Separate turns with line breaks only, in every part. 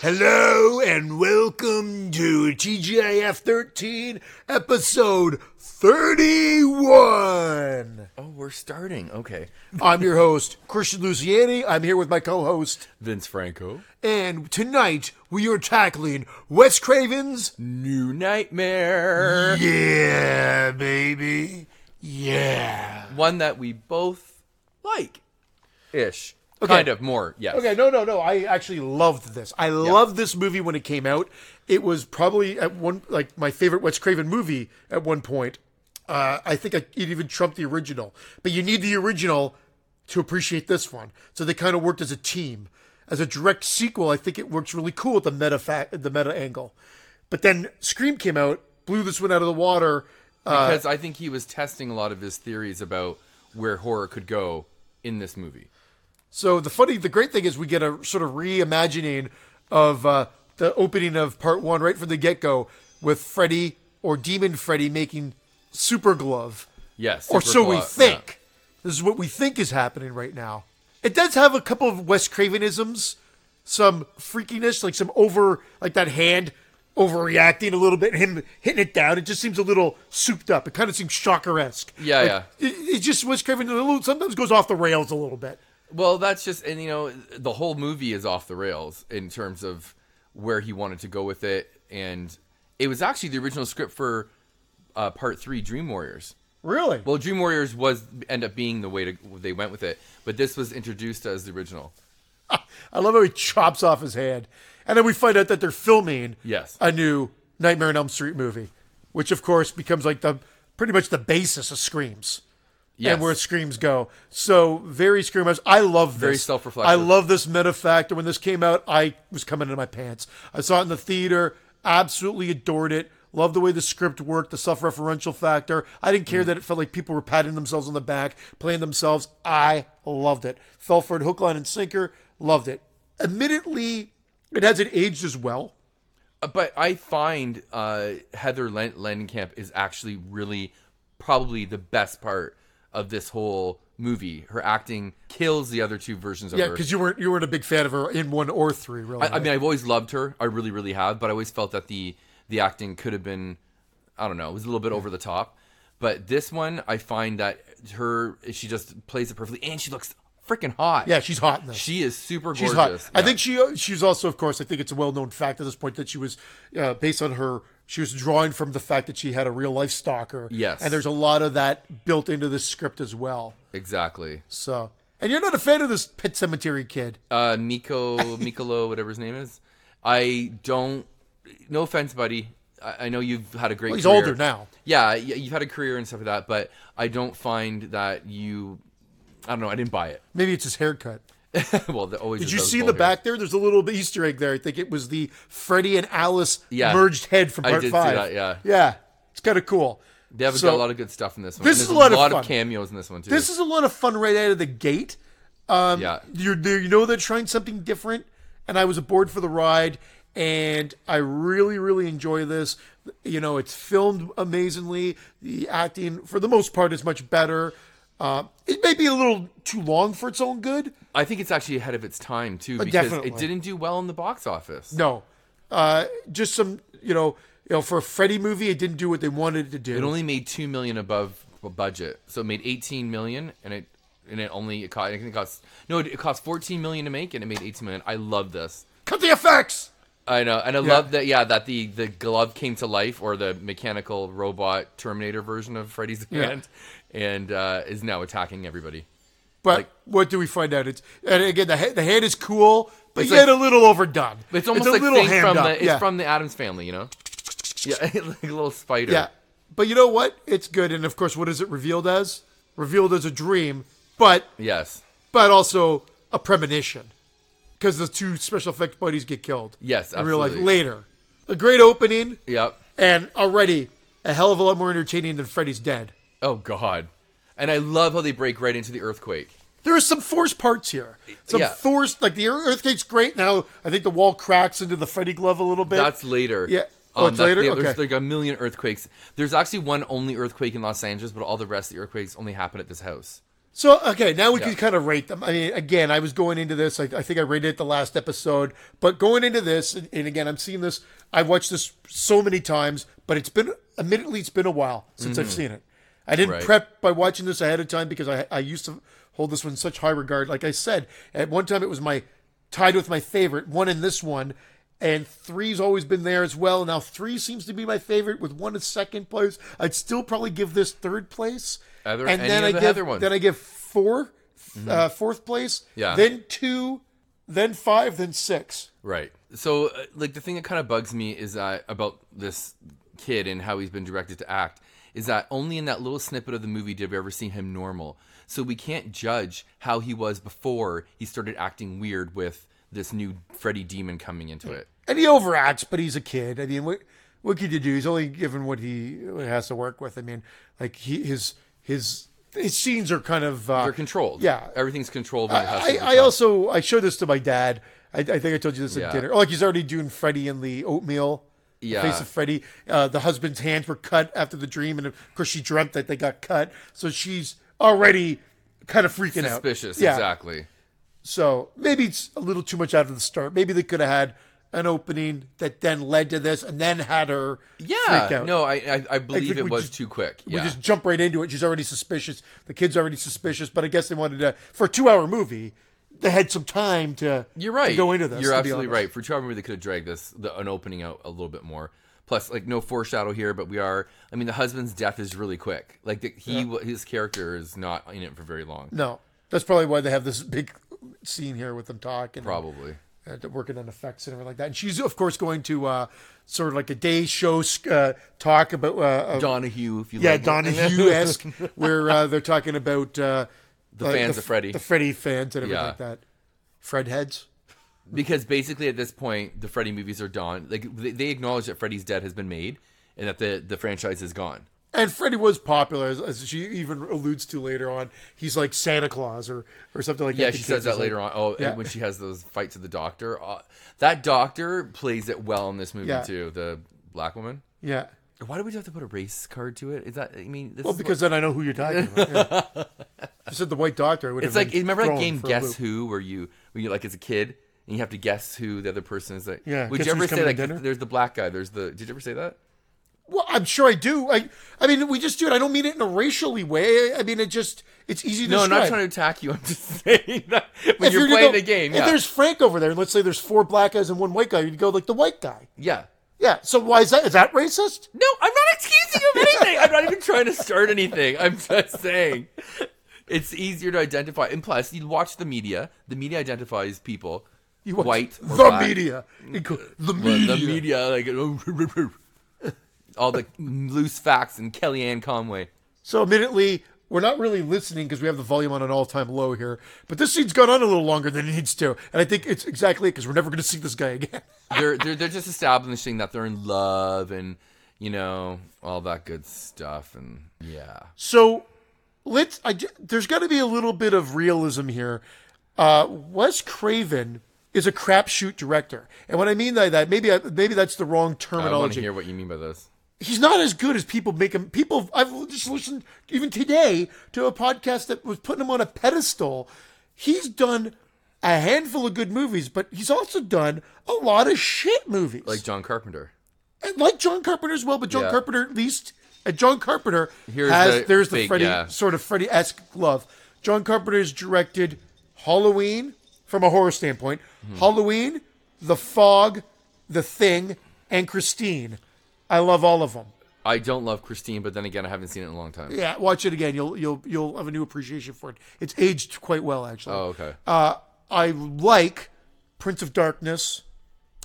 Hello and welcome to TGIF 13, episode 31.
Oh, we're starting. Okay.
I'm your host, Christian Luciani. I'm here with my co host,
Vince Franco.
and tonight we are tackling Wes Craven's
New Nightmare.
Yeah, baby. Yeah.
One that we both like. Ish. Kind of more, yes.
Okay, no, no, no. I actually loved this. I loved this movie when it came out. It was probably at one like my favorite Wes Craven movie at one point. Uh, I think I, it even trumped the original. But you need the original to appreciate this one. So they kind of worked as a team. As a direct sequel, I think it works really cool at the meta fa- the meta angle. But then Scream came out, blew this one out of the water.
Because I think he was testing a lot of his theories about where horror could go in this movie.
So the funny, the great thing is we get a sort of reimagining of uh, the opening of part one right from the get go with Freddy or Demon Freddy making Super Glove.
Yes.
or
Super
so we
Claw- yeah.
think. This is what we think is happening right now. It does have a couple of Wes Cravenisms, some freakiness, like some over, like that hand overreacting a little bit, him hitting it down. It just seems a little souped up. It kind of seems shocker esque.
Yeah, yeah.
It, it just Wes Craven a little, sometimes goes off the rails a little bit.
Well, that's just, and you know, the whole movie is off the rails in terms of where he wanted to go with it. And it was actually the original script for uh, part three, Dream Warriors.
Really?
Well, Dream Warriors was end up being the way to, they went with it, but this was introduced as the original.
I love how he chops off his hand. And then we find out that they're filming
Yes.
a new Nightmare on Elm Street movie, which of course becomes like the pretty much the basis of Screams.
Yes.
And where Screams go. So very Screamers. I love this.
Very self-reflective.
I love this meta factor. When this came out, I was coming into my pants. I saw it in the theater, absolutely adored it. Love the way the script worked, the self-referential factor. I didn't
Mm.
care that it felt like people were patting themselves on the back, playing themselves. I loved it. Fell for it, hook, line, and sinker. Loved it. Admittedly, it hasn't aged as well.
Uh, But I find uh, Heather Len- Landenkamp is actually really probably the best part of this whole movie. Her acting kills the other two versions of
Yeah,
her.
because you weren't you weren't a big fan of her in one or three, really.
I, I mean, I've always loved her. I really, really have. But I always felt that the the acting could have been, I don't know, it was a little bit over the top. But this one, I find that her she just plays it perfectly, and she looks freaking hot.
yeah, she's hot in this.
she is super gorgeous.
She's hot. I think she uh, she's also, of course, I think it's a well known fact at this point that she was uh, based on her. She was drawing from the fact that she had a real life stalker.
Yes.
and there's a lot of that built into this script as well.
exactly.
So, and you're not a fan of this Pet Cemetery kid.
uh, Miko Mikolo, whatever his name is. I don't. No offense, buddy. I, I know you've had a great.
he's
career.
older now.
Yeah, y- you've had a career and stuff like that, but I don't find that you. I don't know. I didn't buy it.
Maybe it's his haircut.
well, the, always.
Did you see the back there? There's a little bit Easter egg there. I think it was the Freddy and Alice
Yeah.
merged head from
I
part
did see
five.
that, yeah.
yeah, it's kind of cool.
They have
So-
got a lot of good stuff in this one.
This
And
is
there's
a lot of
lot of,
fun.
cameos in this one too.
This is a lot of fun right out of the gate. Um,
Yeah.
you're there. You know they're trying something different, and I was aboard for the ride, and I really, really enjoy this. You know, it's filmed amazingly. The acting, for the most part, is much better. Uh, it may be a little too long for its own good.
I think it's actually ahead of its time too because
Oh, definitely.
it didn't do well in the box office.
No, uh, just some. You know, you know, for a Freddy movie, it didn't do what they wanted it to do.
It only made two million above b- budget, so it made eighteen million, and it and it only it cost. I think it cost no, it cost fourteen million to make, and it made eighteen million. I love this.
Cut the effects.
I know, and I love that. Yeah, that the the glove came to life, or the mechanical robot Terminator version of Freddy's hand, and uh, is now attacking everybody.
But what do we find out? It's and again the ha- the hand is cool, but
It's
yet
like-
a little overdone.
But it's almost
a
like
little
thing
hammed
from
up.
the it's
yeah.
from the Adams family, you know. Yeah, like a little spider.
yeah. But you know what? It's good, and of course, what is it revealed as? Revealed as a dream, but
Yes.
but also a premonition, because the two special effects buddies get killed.
Yes,
in real life
absolutely.
later. A great opening,
Yep.
and already a hell of a lot more entertaining than Freddy's Dead.
Oh God. And I love how they break right into the earthquake.
There are some forced parts here. Some
Yeah.
forced, like the ear- earthquake's great now. I think the wall cracks into the Freddy glove a little bit.
That's later. Um,
Yeah. Oh, it's
that's-
later?
yeah, There's
Okay.
like a million earthquakes. There's actually one only earthquake in Los Angeles, but all the rest of the earthquakes only happen at this house.
So okay, now we can kind of rate them. I mean, again, I was going into this. I, I think I rated it the last episode, but going into this, and, and again, I'm seeing this. I've watched this so many times, but it's been admittedly it's been a while since I've seen it. I didn't
Mm-hmm. Right.
prep by watching this ahead of time because I I used to hold this one in such high regard. Like I said, at one time it was my tied with my favorite one in this one. And three's always been there as well. Now three seems to be my favorite, with one in second place. I'd still probably give this third place
Are there
and
any
then I
of the
give
Heather ones?
then I give 4 uh, fourth place.
Mm-hmm. Yeah.
Then two, then five, then six.
Right. So, uh, like, the thing that kind of bugs me is that about this kid and how he's been directed to act is that only in that little snippet of the movie did we ever see him normal. So we can't judge how he was before he started acting weird with this new Freddy demon coming into it.
And he overacts, but he's a kid. I mean, what what could you do? He's only given what he what he has to work with. I mean, like he his his his scenes are kind of uh,
They're controlled.
Yeah.
Everything's controlled. When it has to
I,
be
I also I showed this to my dad. I, I think I told you this at
Yeah.
dinner. Oh, like he's already doing Freddy and the oatmeal. The
Yeah.
face of Freddy. Uh, the husband's hands were cut after the dream, and of course she dreamt that they got cut. So she's already kind of freaking out.
suspicious.
Yeah.
Exactly.
So maybe it's a little too much out of the start. Maybe they could have had an opening that then led to this, and then had her. freak
Yeah.
out.
No, I I, I believe
think
it
we
was
just-
too quick.
We
Yeah.
just jump right into it. She's already suspicious. The kid's already suspicious, but I guess they wanted to for a two-hour movie. They had some time to
You're right.
to go into this.
You're
to be
absolutely
honest.
right. For Trevor, they could have dragged this the, an opening out a little bit more. Plus, like no foreshadow here, but we are. I mean, the husband's death is really quick. Like the, he, w his character is not in it for very long.
No, that's probably why they have this big scene here with them talking,
Probably.
and, uh, working on effects and everything like that. And she's of course going to uh, sort of like a day show uh, talk about uh, uh,
Donahue, if you
yeah
like.
Donahue esque, where uh, they're talking about uh, the
fans
the,
of Freddy.
the Freddy fans, and everything
Yeah.
like that. Fred heads.
because basically at this point, the Freddy movies are done. Like they, they acknowledge that Freddy's dead has been made, and that the the franchise is gone.
And Freddy was popular, as, as she even alludes to later on. He's like Santa Claus or, or something like
Yeah,
that.
she says that later on. Oh, and
Yeah.
when she has those fights with the doctor, uh, that doctor plays it well in this movie
Yeah.
too. The black woman.
Yeah.
Why do we have to put a race card to it? Is that I mean? This
Well,
is what-
because then I know who you're talking about. Yeah. If you said the white doctor. I would
it's
have
like
been
remember that
thrown
game
for a
Guess
loop.
Who, where you when you like as a kid and you have to guess who the other person is. Like,
Yeah,
Would
guess
you ever
who's
say
coming
like
to dinner?
there's the black guy? There's the. Did you ever say that?
Well, I'm sure I do. I, I mean, we just do it. I don't mean it in a racially way. I mean, it just it's easy to
No, I'm
describe.
not trying to attack you. I'm just saying that when
If
you're,
gonna
playing
go-
the game,
If
yeah,
there's Frank over there, and let's say there's four black guys and one white guy, you'd go like the white guy.
yeah.
Yeah. So why is that? Is that racist?
No, I'm not accusing you of anything. I'm not even trying to start anything. I'm just saying it's easier to identify. And plus, you watch the media. The media identifies people.
You watch
white or
the
black.
media. Inco- The
Well,
media.
the media, like all the loose facts and Kellyanne Conway.
So admittedly, we're not really listening because we have the volume on an all-time low here. But this scene's gone on a little longer than it needs to, and I think it's exactly because we're never going to see this guy again.
They're, they're they're just establishing that they're in love and you know all that good stuff and yeah.
So let's. I, ju- there's got to be a little bit of realism here. Uh, Wes Craven is a crapshoot director, and what I mean by that, maybe I, maybe that's the wrong
I want to
terminology.
hear what you mean by this.
he's not as good as people make him. People, I've just listened even today to a podcast that was putting him on a pedestal. He's done a handful of good movies, but he's also done a lot of shit movies,
Like John Carpenter.
And like John Carpenter as well. But John
Yeah.
Carpenter, at least, and John Carpenter
Here's
has
the
there's the
big,
Freddy
yeah.
sort of Freddy esque love. John Carpenter has directed Halloween from a horror standpoint,
Hmm.
Halloween, The Fog, The Thing, and Christine. I love all of them.
I don't love Christine, but then again, I haven't seen it in a long time.
Yeah, watch it again. You'll you'll you'll have a new appreciation for it. It's aged quite well, actually.
Oh, okay.
Uh, I like Prince of Darkness.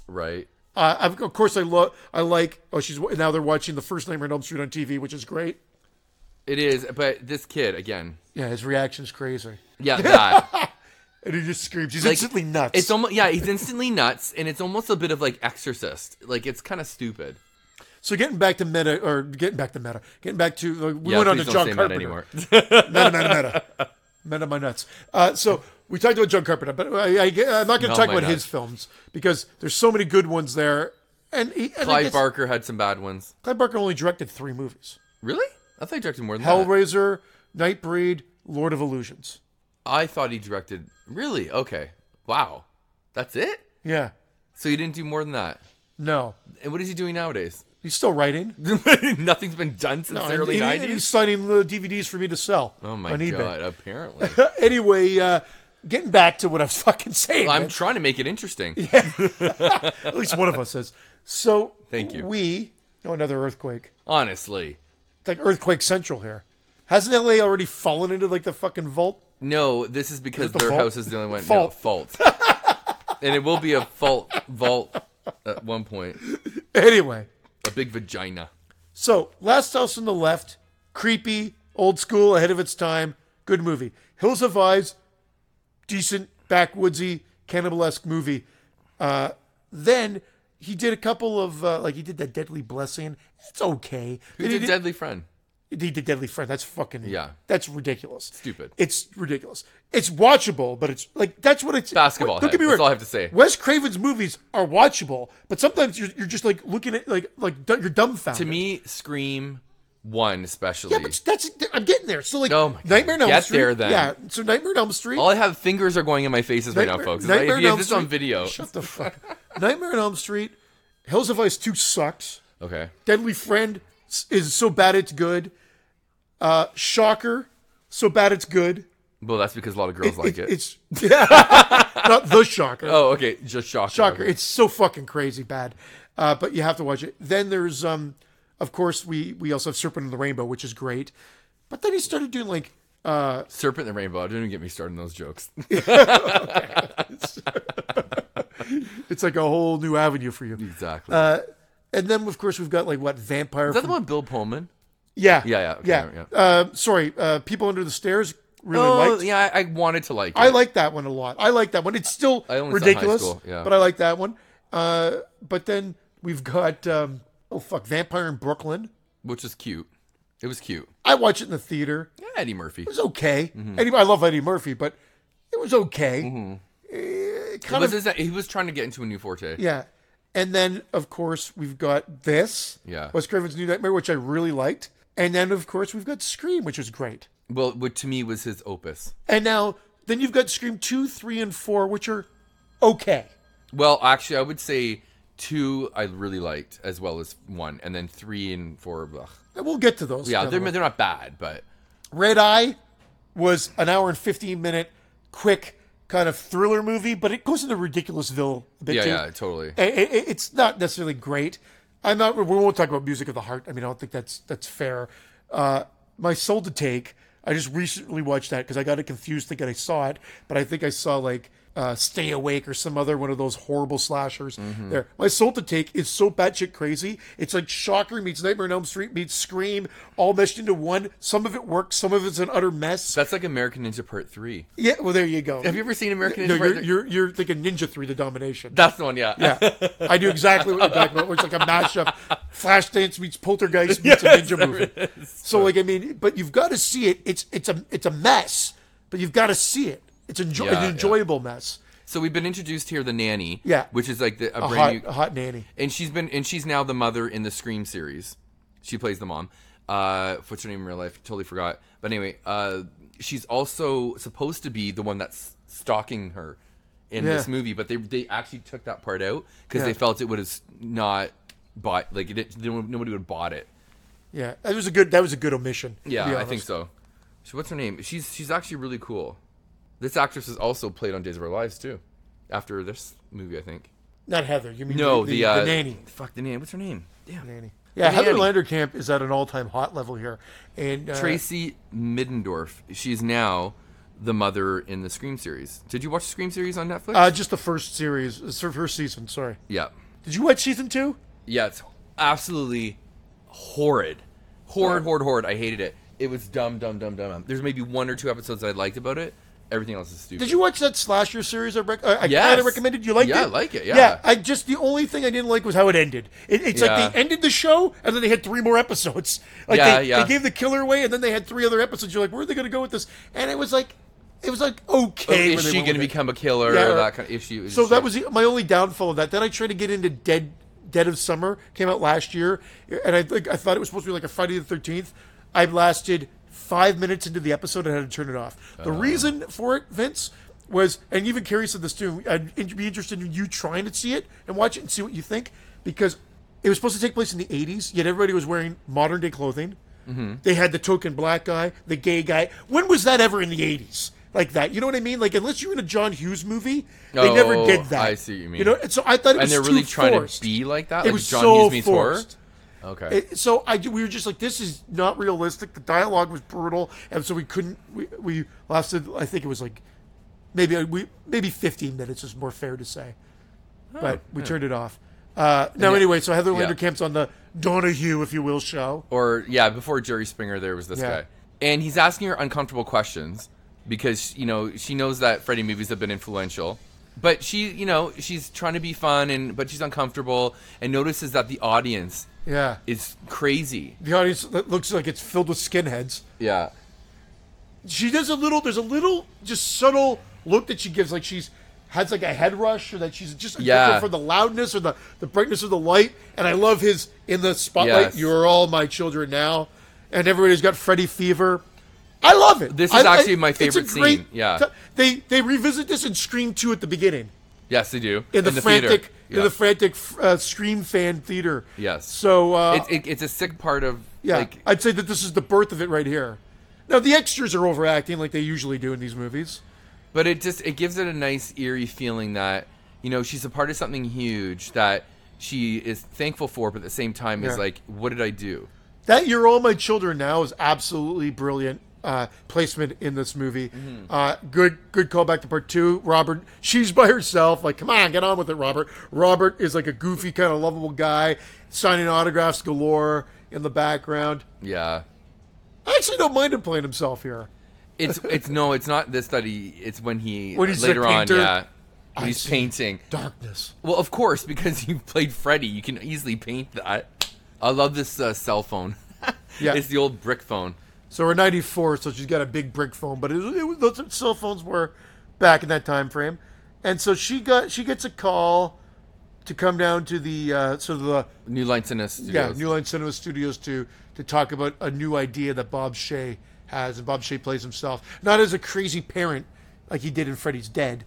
right.
Uh, I've, of course, I love. I like. Oh, she's now they're watching the first Nightmare on Elm Street on TV, which is great.
It is, but this kid again.
Yeah, his reaction's crazy,
Yeah, that.
and he just screams. He's
Like,
instantly nuts.
It's almost yeah. He's instantly nuts, and it's almost a bit of like Exorcist. Like it's kind of stupid.
so getting back to meta, or getting back to meta, getting back to like, we
Yeah,
went on to
please
John
don't say that
Carpenter.
anymore.
meta, meta, meta. Meta my nuts. Uh, so we talked about John Carpenter, but I, I, am not going to
Not
talk
Oh my
about
nuts.
his films because there's so many good ones there. And, he, and I
Clive
guess-
Barker had some bad ones.
Clive Barker only directed three movies:
Really? I thought he directed more than that.
Hellraiser, Nightbreed, Lord of Illusions.
I thought he directed. Really? Okay. Wow. That's it.
Yeah.
So he didn't do more than that.
No.
And what is he doing nowadays?
He's still writing.
Nothing's been done since the
And
early
he- and
nineties.
he's signing the DVDs for me to sell.
Oh my
on eBay.
god! Apparently,
Anyway, uh, getting back to what I was fucking saying.
I'm
man.
trying to make it interesting.
At least one of us is. So
Thank you.
We oh another earthquake.
Honestly,
It's like earthquake central here. Hasn't LA already fallen into like the fucking vault?
no. This is because
the
their
fault?
house is the only one.
Fault.
No, fault. and it will be a fault vault at one point.
Anyway,
A big vagina.
so Last House on the Left, creepy, old school, ahead of its time, good movie. Hills of Eyes, decent, backwoodsy, cannibalesque movie. Uh, then he did a couple of uh, like he did that Deadly Blessing. It's okay.
Who
Then he
did Deadly Friend?
He did Deadly Friend. That's fucking
Yeah.
That's ridiculous.
Stupid.
It's ridiculous. It's watchable, but it's like that's what it's
Basketball
Don't
head.
get me
That's
wrong.
all I have to say.
Wes Craven's movies are watchable, but sometimes you're, you're just like looking at like like du- you're dumbfounded.
To me, Scream One especially.
yeah, but that's I'm getting there. So like
Oh my God.
Nightmare on Elm
Get
Street.
there, then.
Yeah. So Nightmare on Elm Street.
all I have fingers are going in my faces right now,
Nightmare-
folks. If I-
Nightmare
if
on
you
Elm
have this on
Street-
video,
Shut the fuck. Nightmare on Elm Street. Hills of Ice Two sucks.
okay.
Deadly Friend s- is so bad it's good. Uh, Shocker, so bad it's good.
Well, that's because a lot of girls like it.
It's not the shocker.
Oh, okay. Just shocker.
Shocker.
Okay.
It's so fucking crazy bad, uh, but you have to watch it. Then there's, um, of course, we we also have Serpent and the Rainbow, which is great. But then he started doing like
Serpent and the Rainbow. Don't even get me started on those jokes.
it's like a whole new avenue for you.
exactly. Uh,
And then of course we've got like what vampire?
Is that the one with Bill Pullman?
yeah,
Yeah, yeah, okay,
yeah. Uh, sorry, uh, people under the stairs really
oh,
liked.
yeah. I, I wanted to like it.
I like that one a lot. I like that one. It's still
I only saw it in high
ridiculous,
school, yeah.
but I like that one. Uh, but then we've got um, oh fuck, Vampire in Brooklyn.
which is cute. It was cute.
I watched it in the theater. It
Yeah, Eddie Murphy.
was okay.
Mm-hmm.
Eddie, I love Eddie Murphy, but it was okay. Eh,
It
kind
was
of,
his- he was trying to get into a new forte.
yeah. And then, of course, we've got this.
Yeah.
Wes Craven's New Nightmare, which I really liked. And then, of course, we've got Scream, which is great.
Well, what to me was his opus.
And now, then you've got Scream 2, 3, and 4, which are okay.
Well, actually, I would say two I really liked as well as one, and then three and four. Ugh.
And we'll get to those.
Yeah,
down
they're
the
they're not bad, but
Red Eye was an hour and 15 minute quick kind of thriller movie, but it goes into Ridiculousville a bit
yeah,
too.
yeah, totally.
I- I- I- it's not necessarily great. I'm not. We won't talk about music of the heart. I mean, I don't think that's that's fair. Uh, my soul to take. I just recently watched that because I got it confused thinking I saw it, but I think I saw like uh, Stay Awake or some other one of those horrible slashers.
Mm-hmm.
There, my soul to take is so batshit crazy. It's like Shocker meets Nightmare on Elm Street meets Scream, all meshed into one. Some of it works, some of it's an utter mess.
That's like American Ninja Part Three.
yeah, well, there you go.
Have you ever seen American Ninja
no,
Part
you're,
Three?
you're you're thinking Ninja Three: The Domination.
That's the one. Yeah.
Yeah, I knew exactly what you're talking about. Where it's like a mashup, Flashdance meets Poltergeist meets a ninja movie. So like, I mean, but you've got to see it. It's it's a it's a mess, but you've got to see it. It's enjoy-
Yeah,
an
yeah.
enjoyable mess.
So we've been introduced here the nanny.
Yeah.
Which is like the, a,
A
brand
hot
new,
a hot nanny.
and she's been and she's now the mother in the Scream series. She plays the mom. Uh, what's her name in real life? Totally forgot. But anyway, uh, she's also supposed to be the one that's stalking her in this
Yeah.
movie, but they they actually took that part out because
Yeah.
they felt it would have not bought like it, didn't- they would've- nobody would have bought it.
Yeah, that was a good that was a good omission. to be
Yeah, I
honest.
think so. So what's her name? She's she's actually really cool. This actress is also played on Days of Our Lives too. After this movie, I think.
Not Heather. You mean
No,
the,
the,
the,
uh,
the nanny?
Fuck the nanny. What's her name? Damn.
Nanny. Yeah, Heather
nanny.
Landerkamp is at an all time hot level here, and uh,
Tracy Middendorf. She's now the mother in the Scream series. Did you watch the Scream series on Netflix?
uh, just the first series, it's her first season. Sorry.
yeah.
Did you watch season two?
Yeah, it's absolutely horrid.
Uh,
Horrid, horrid, horrid. I hated it. It was dumb, dumb, dumb, dumb. dumb. There's maybe one or two episodes that I liked about it. Everything else is stupid.
Did you watch that slasher series I, rec- uh, I
Yes.
kind of recommended? You liked
Yeah,
it?
I like it, yeah.
I just the only thing I didn't like was how it ended. It, it's
Yeah.
like they ended the show and then they had three more episodes. Like
Yeah,
they,
yeah.
they gave the killer away and then they had three other episodes. You're like, where are they going to go with this? And it was like, it was like okay. where
Oh, is
they
she
went
going to
with it.
become a killer
Yeah.
or that kind of issue?
So that was the, my only downfall of that. Then I tried to get into Dead Dead of Summer, came out last year, and I think I thought it was supposed to be like a Friday the Thirteenth. I lasted five minutes into the episode and had to turn it off. The reason for it, Vince, was, and even Carrie said this too, I'd in- be interested in you trying to see it and watch it and see what you think because it was supposed to take place in the 80s, yet everybody was wearing modern day clothing. They had the token black guy, the gay guy. When was that ever in the 80s? Like that, you know what I mean? Like unless you're in a John Hughes movie, they never
Oh,
did that.
I see what you mean.
You know, and so I thought it
and
was
they're really
too
trying
forced.
to be like that.
It
like
was
John
so
Hughes means
forced.
horror. Okay.
It- so I we were just like this is not realistic. The dialogue was brutal, and so we couldn't. We, we lasted. I think it was like maybe we maybe 15 minutes is more fair to say, but we turned it off. Uh, now anyway, so Heather Landerkamp's on the Donahue, if you will, show.
or yeah, before Jerry Springer, there was this
Yeah.
guy, and he's asking her uncomfortable questions because you know she knows that Freddy movies have been influential, but she you know she's trying to be fun and but she's uncomfortable and notices that the audience
Yeah,
is crazy.
the audience that looks like it's filled with skinheads.
Yeah,
she does a little there's a little just subtle look that she gives like she's has like a head rush or that she's just
Yeah.
different from the loudness or the, the brightness of the light and i love his in the spotlight
Yes.
you're all my children now and everybody's got freddy fever i love it
This
I-
is
I-
actually my
it's a
favorite
great
scene, yeah.
t- they they revisit this in scream 2 at the beginning
yes they do
in the,
theater.
frantic
Yeah.
in the frantic uh, scream fan theater
Yes.
so uh,
It's- it, it's a sick part of
yeah,
like
I'd say that this is the birth of it right here. Now the extras are overacting like they usually do in these movies.
but it just it gives it a nice eerie feeling that you know she's a part of something huge that she is thankful for but at the same time
Yeah.
is like what did i do
That "You're All My Children Now" is absolutely brilliant uh, placement in this movie. Uh, good, good callback to part two. Robert, she's by herself. Like, come on, get on with it, Robert. Robert is like a goofy kind of lovable guy, signing autographs galore in the background.
yeah
I actually don't mind him playing himself here.
it's it's no it's not this that he it's when he
When he's the
later on
painter?
yeah when
I
he's
see.
painting
Darkness.
well of course because you played freddy you can easily paint that i love this uh, cell phone
Yeah.
it's the old brick phone
So we're 94, so she's got a big brick phone, but it, it, was- those cell phones were back in that time frame, and so she got she gets a call to come down to the uh, sort of the
new lights in us
yeah New Line Cinema Studios to to talk about a new idea that Bob Shea has, and Bob Shea plays himself not as a crazy parent like he did in Freddy's Dead,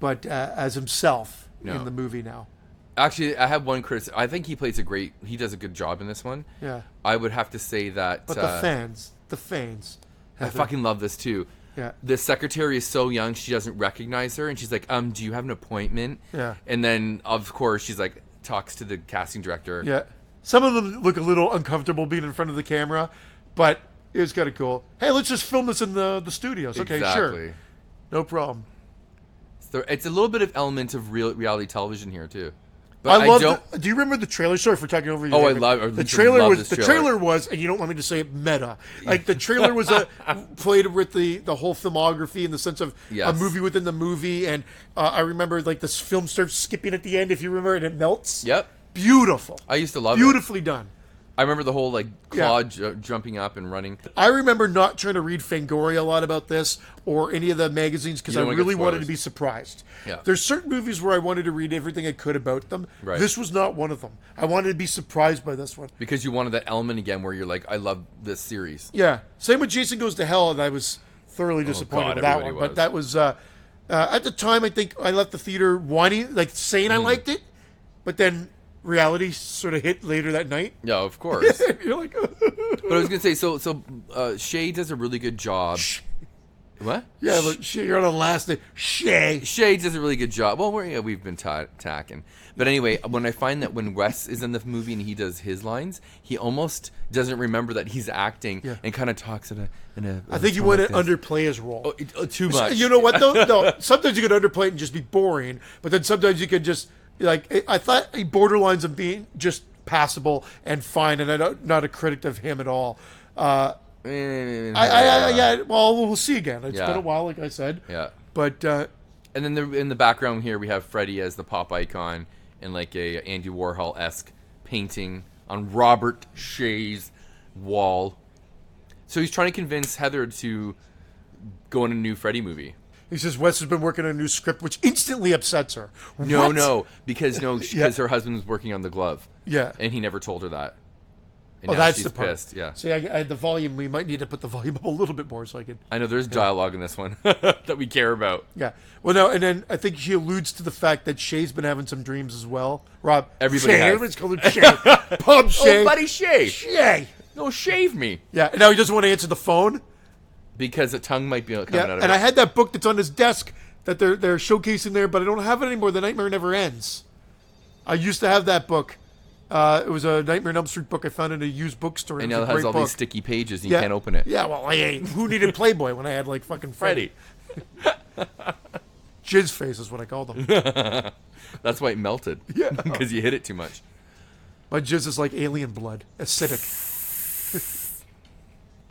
but uh, as himself
No.
in the movie now.
actually i have one criticism i think he plays a great he does a good job in this one
Yeah,
i would have to say that
but
uh,
the fans, the fans,
I fucking love this too.
Yeah.
The secretary is so young, she doesn't recognize her, and she's like, "Um, do you have an appointment?"
Yeah.
And then, of course, she's like, talks to the casting director.
Yeah. Some of them look a little uncomfortable being in front of the camera, but it was kind of cool. Hey, let's just film this in the, the studios. Okay, sure.
Exactly.
No problem.
So it's a little bit of element of real reality television here too.
I love.
don't.
the- do you remember the trailer? Sorry for talking over you.
Oh, I
David.
love- I
the
just
trailer.
love
was
this
the
trailer.
trailer was, and you don't want me to say it, meta. Like the trailer was a played with the the whole filmography in the sense of
Yes.
a movie within the movie, and uh, I remember like this film starts skipping at the end. If you remember, and it melts.
Yep.
Beautiful.
I used to love it.
Beautifully done.
I remember the whole like
Yeah.
claw ju- jumping up and running.
I remember not trying to read Fangoria a lot about this or any of the magazines because I
You don't wanna get
really wanted to
spoilers.
be surprised.
Yeah.
There's certain movies where I wanted to read everything I could about them.
Right.
This was not one of them. I wanted to be surprised by this one.
Because you wanted that element again, where you're like, "I love this series."
Yeah. Same with Jason Goes to Hell, and I was thoroughly disappointed
Oh, God,
with that one.
everybody
But
was.
that was uh, uh, at the time. I think I left the theater whining, like saying
Mm.
I liked it, but then reality sort of hit later that night.
Yeah, of course.
You're like,
but I was gonna say, so so uh, Shay does a really good job. What?
yeah, but shit, you're on a last day. Shay.
Shay does a really good job. Well, we're, yeah, we've been ta- tacking, but anyway, when I find that when Wes is in the movie and he does his lines, he almost doesn't remember that he's acting and kind of talks in a in a.
I think you want to underplay his role.
Oh, Uh, too much.
You know what though? No, sometimes you can underplay it and just be boring, but then sometimes you can just like I- I thought he borderlines of being just passable and fine, and I don't not a critic of him at all. Uh, I, I, I, yeah, well, we'll see again. It's
Yeah.
been a while, like I said.
Yeah.
But uh,
And then the, in the background here we have Freddy as the pop icon in like a Andy Warhol esque painting on Robert Shay's wall. So he's trying to convince Heather to go in a new Freddy movie.
he says Wes has been working on a new script, which instantly upsets her.
No,
What?
no, because no, because
Yeah.
her husband was working on the glove.
Yeah.
and he never told her that. And
Oh,
now
that's
she's
the part.
pissed. Yeah.
See, I, I had the volume. We might need to put the volume up a little bit more so I can.
I know there's dialogue in this one that we care about.
Yeah. Well, no, and then I think she alludes to the fact that Shay's been having some dreams as well. Rob.
Everybody
Shay,
has.
Everyone's called him Shay. Pub Shay.
Oh, buddy, shave.
Shay.
No, shave me
Yeah. And now he doesn't want to answer the phone.
because the tongue might be coming
Yeah.
out of
And
it.
I had that book that's on his desk that they're they're showcasing there, but I don't have it anymore. The Nightmare Never Ends. I used to have that book. Uh, it was a Nightmare on Elm Street book I found in a used bookstore.
and
it
now
was
it
a
has
great
all
book.
these sticky pages and you can't open it.
Yeah, well, I ain't. Who needed Playboy when I had like fucking Freddy?
Freddy.
Jizz face is what I called them.
That's why it melted.
Yeah.
Because you hit it too much.
My jizz is like alien blood, acidic.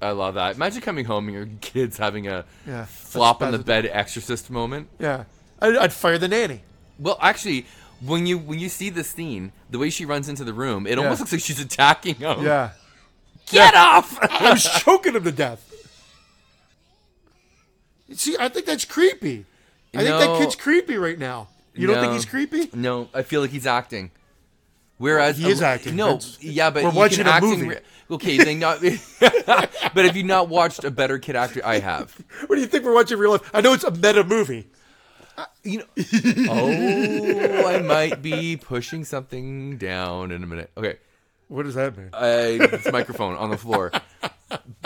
I love that. Imagine coming home and your kids having a
Yeah.
flop on the
Spasm.
bed exorcist moment.
Yeah, I'd, I'd fire the nanny.
Well, actually, when you when you see this scene, the way she runs into the room, it almost looks like she's attacking him.
Yeah,
Get off!
I was choking him to death. See, I think that's creepy. I think that
No.
kid's creepy right now. You don't think
No.
he's creepy?
no, I feel like he's acting. Whereas
He is
a-
acting.
No,
That's-
yeah, but
we're
you
watching
can
a
act in
movie.
re- okay, then not. but have you not watched a better kid actor? I have.
What do you think we're watching in real life? I know it's a meta movie.
You know. Oh, I might be pushing something down in a minute. Okay.
What does that mean?
I, this microphone on the floor.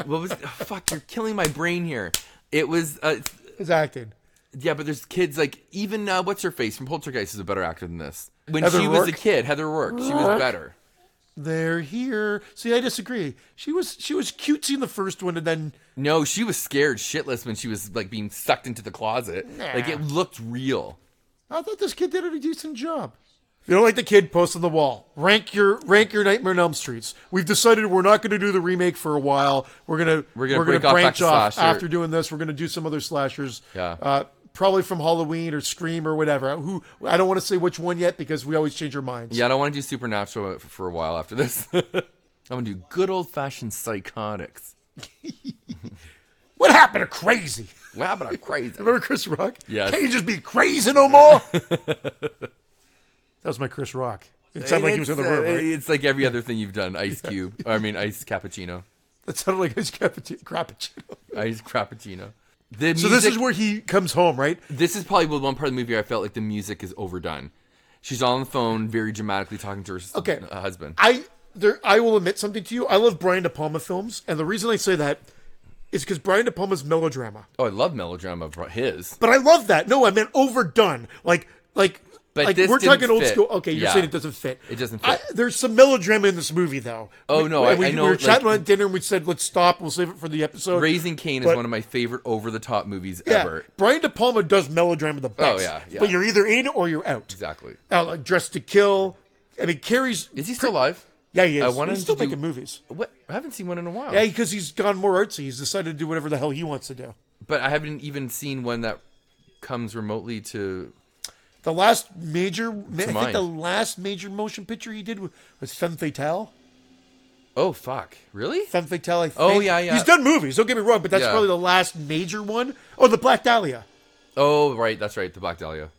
What was? oh, fuck, you're killing my brain here. It was, uh,
It's acting.
yeah, but there's kids like even uh, what's her face from Poltergeist is a better actor than this. When
Heather
she was a
Rourke?
kid, Heather Rourke, she was better.
They're here. See, I disagree. She was she was cutesy in the first one, and then
No, she was scared shitless when she was like being sucked into the closet. Like it looked real.
I thought this kid did a decent job. You don't like the kid post on the wall. Rank your rank your Nightmare on Elm Streets. We've decided we're not going to do the remake for a while. We're gonna
We're gonna
gonna
break off
branch
back to
off
slasher.
after doing this. We're gonna do some other slashers.
Yeah.
Uh, probably from Halloween or Scream or whatever. Who I don't want to say which one yet because we always change our minds.
Yeah, I don't want to do supernatural f- for a while after this. I'm gonna do good old fashioned psychotics.
What happened to crazy?
What happened to crazy?
Remember Chris Rock?
Yes.
Can't you just be crazy no more? that was my Chris Rock. It sounded like he was in the
It's,
room.
uh,
Right?
It's like every other thing you've done. Ice Cube. I mean, Ice Cappuccino.
That sounded like his cappuccino. crappuccino.
Ice Cappuccino. The
So this
music-
is where he comes home, right?
this is probably one part of the movie where I felt like the music is overdone. She's on the phone, very dramatically talking to her s-
Okay.
uh, husband.
I there I will admit something to you. I love Brian De Palma films, and the reason I say that is because Brian De Palma's melodrama.
oh, I love melodrama of his.
But I love that. No, I meant overdone. Like like
But
like
this
we're
didn't
talking old
fit.
school. Okay, you're
Yeah.
saying it doesn't fit.
It doesn't
I-
fit.
there's some melodrama in this movie, though.
Oh,
We-
no,
we,
I-
we,
I know,
We were chatting
like-
at dinner, and we said let's stop. We'll save it for the episode.
Raising Cain is
But-
one of my favorite over the top movies
yeah,
ever.
Brian De Palma does melodrama the best.
Oh, yeah, yeah.
But you're either in or you're out.
Exactly.
Uh, like Dressed to Kill. I mean, Carrie's.
Is he still alive?
Yeah, he is.
I wanted
he's still
to do-
making movies.
What? I haven't seen one in a while.
Yeah, because he's gone more artsy. He's decided to do whatever the hell he wants to do.
But I haven't even seen one that comes remotely to.
The last major, I think
mine.
the last major motion picture he did was, was Femme Fatale.
Oh fuck! Really?
Femme Fatale. I think.
Oh, yeah, yeah.
He's done movies. Don't get me wrong, but that's
Yeah.
probably the last major one. Oh, the Black Dahlia
Oh right, that's right. The Black Dahlia.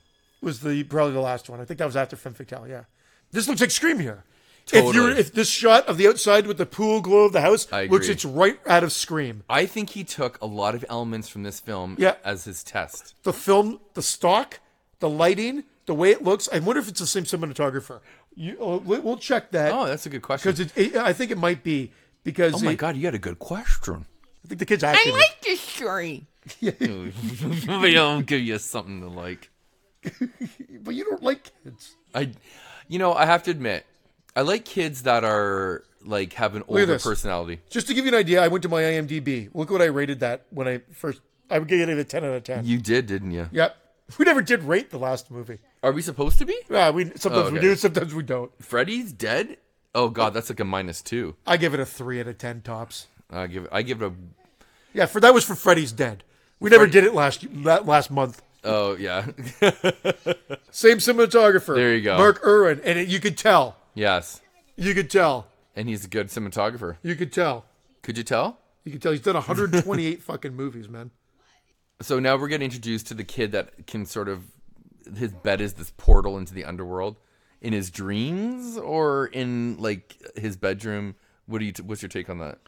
was the probably the last one. I think that was after Femme Fatale. Yeah, this looks like Scream here. If you're
Totally.
if this shot of the outside with the pool glow of the house
I
looks,
agree.
it's right out of Scream.
I think he took a lot of elements from this film
Yeah.
as his test.
the film, the stock, the lighting, the way it looks. I wonder if it's the same cinematographer. You, uh, we- we'll check that
Oh, that's a good question.
because it, it, I think it might be because
Oh my
it-
god, you had a good question.
I think the kid's acting.
this story. Maybe I'll give you something to like.
but you don't like kids.
I, you know, I have to admit, I like kids that are like have an older
this.
personality.
Just to give you an idea, I went to my IMDb. Look what I rated that when I first. I would give it a ten out of ten.
You did, didn't you?
Yep. We never did rate the last movie.
Are we supposed to be?
Yeah, we sometimes
okay.
we do, sometimes we don't.
Freddy's dead. Oh god, that's like a minus two.
I give it a three out of ten tops.
I give I give it a
Yeah, for that was for Freddy's Dead. We never did it last that last month.
oh yeah
Same cinematographer.
There you go.
Mark Irwin, and it, you could tell.
yes,
You could tell.
and he's a good cinematographer.
You could tell.
Could you tell?
You could tell he's done 128 fucking movies, man.
So now we're getting introduced to the kid that can sort of his bed is this portal into the underworld in his dreams or in like his bedroom What do you? T- what's your take on that?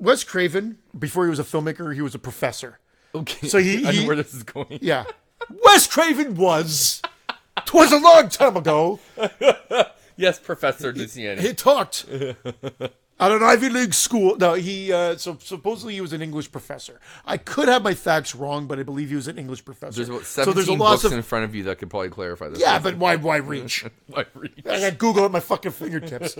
Wes Craven, before he was a filmmaker, he was a professor.
Okay.
So he-
I know
he-
where this is going.
Yeah. Wes Craven was. Twas a long time ago.
Yes, Professor Luciani.
He talked at an Ivy League school. No, he uh, so supposedly he was an English professor. I could have my facts wrong, but I believe he was an English professor.
There's about
so
seventeen
there's a lot
books
of
in front of you that could probably clarify this.
yeah, but why why reach?
Why read?
I got Google at my fucking fingertips.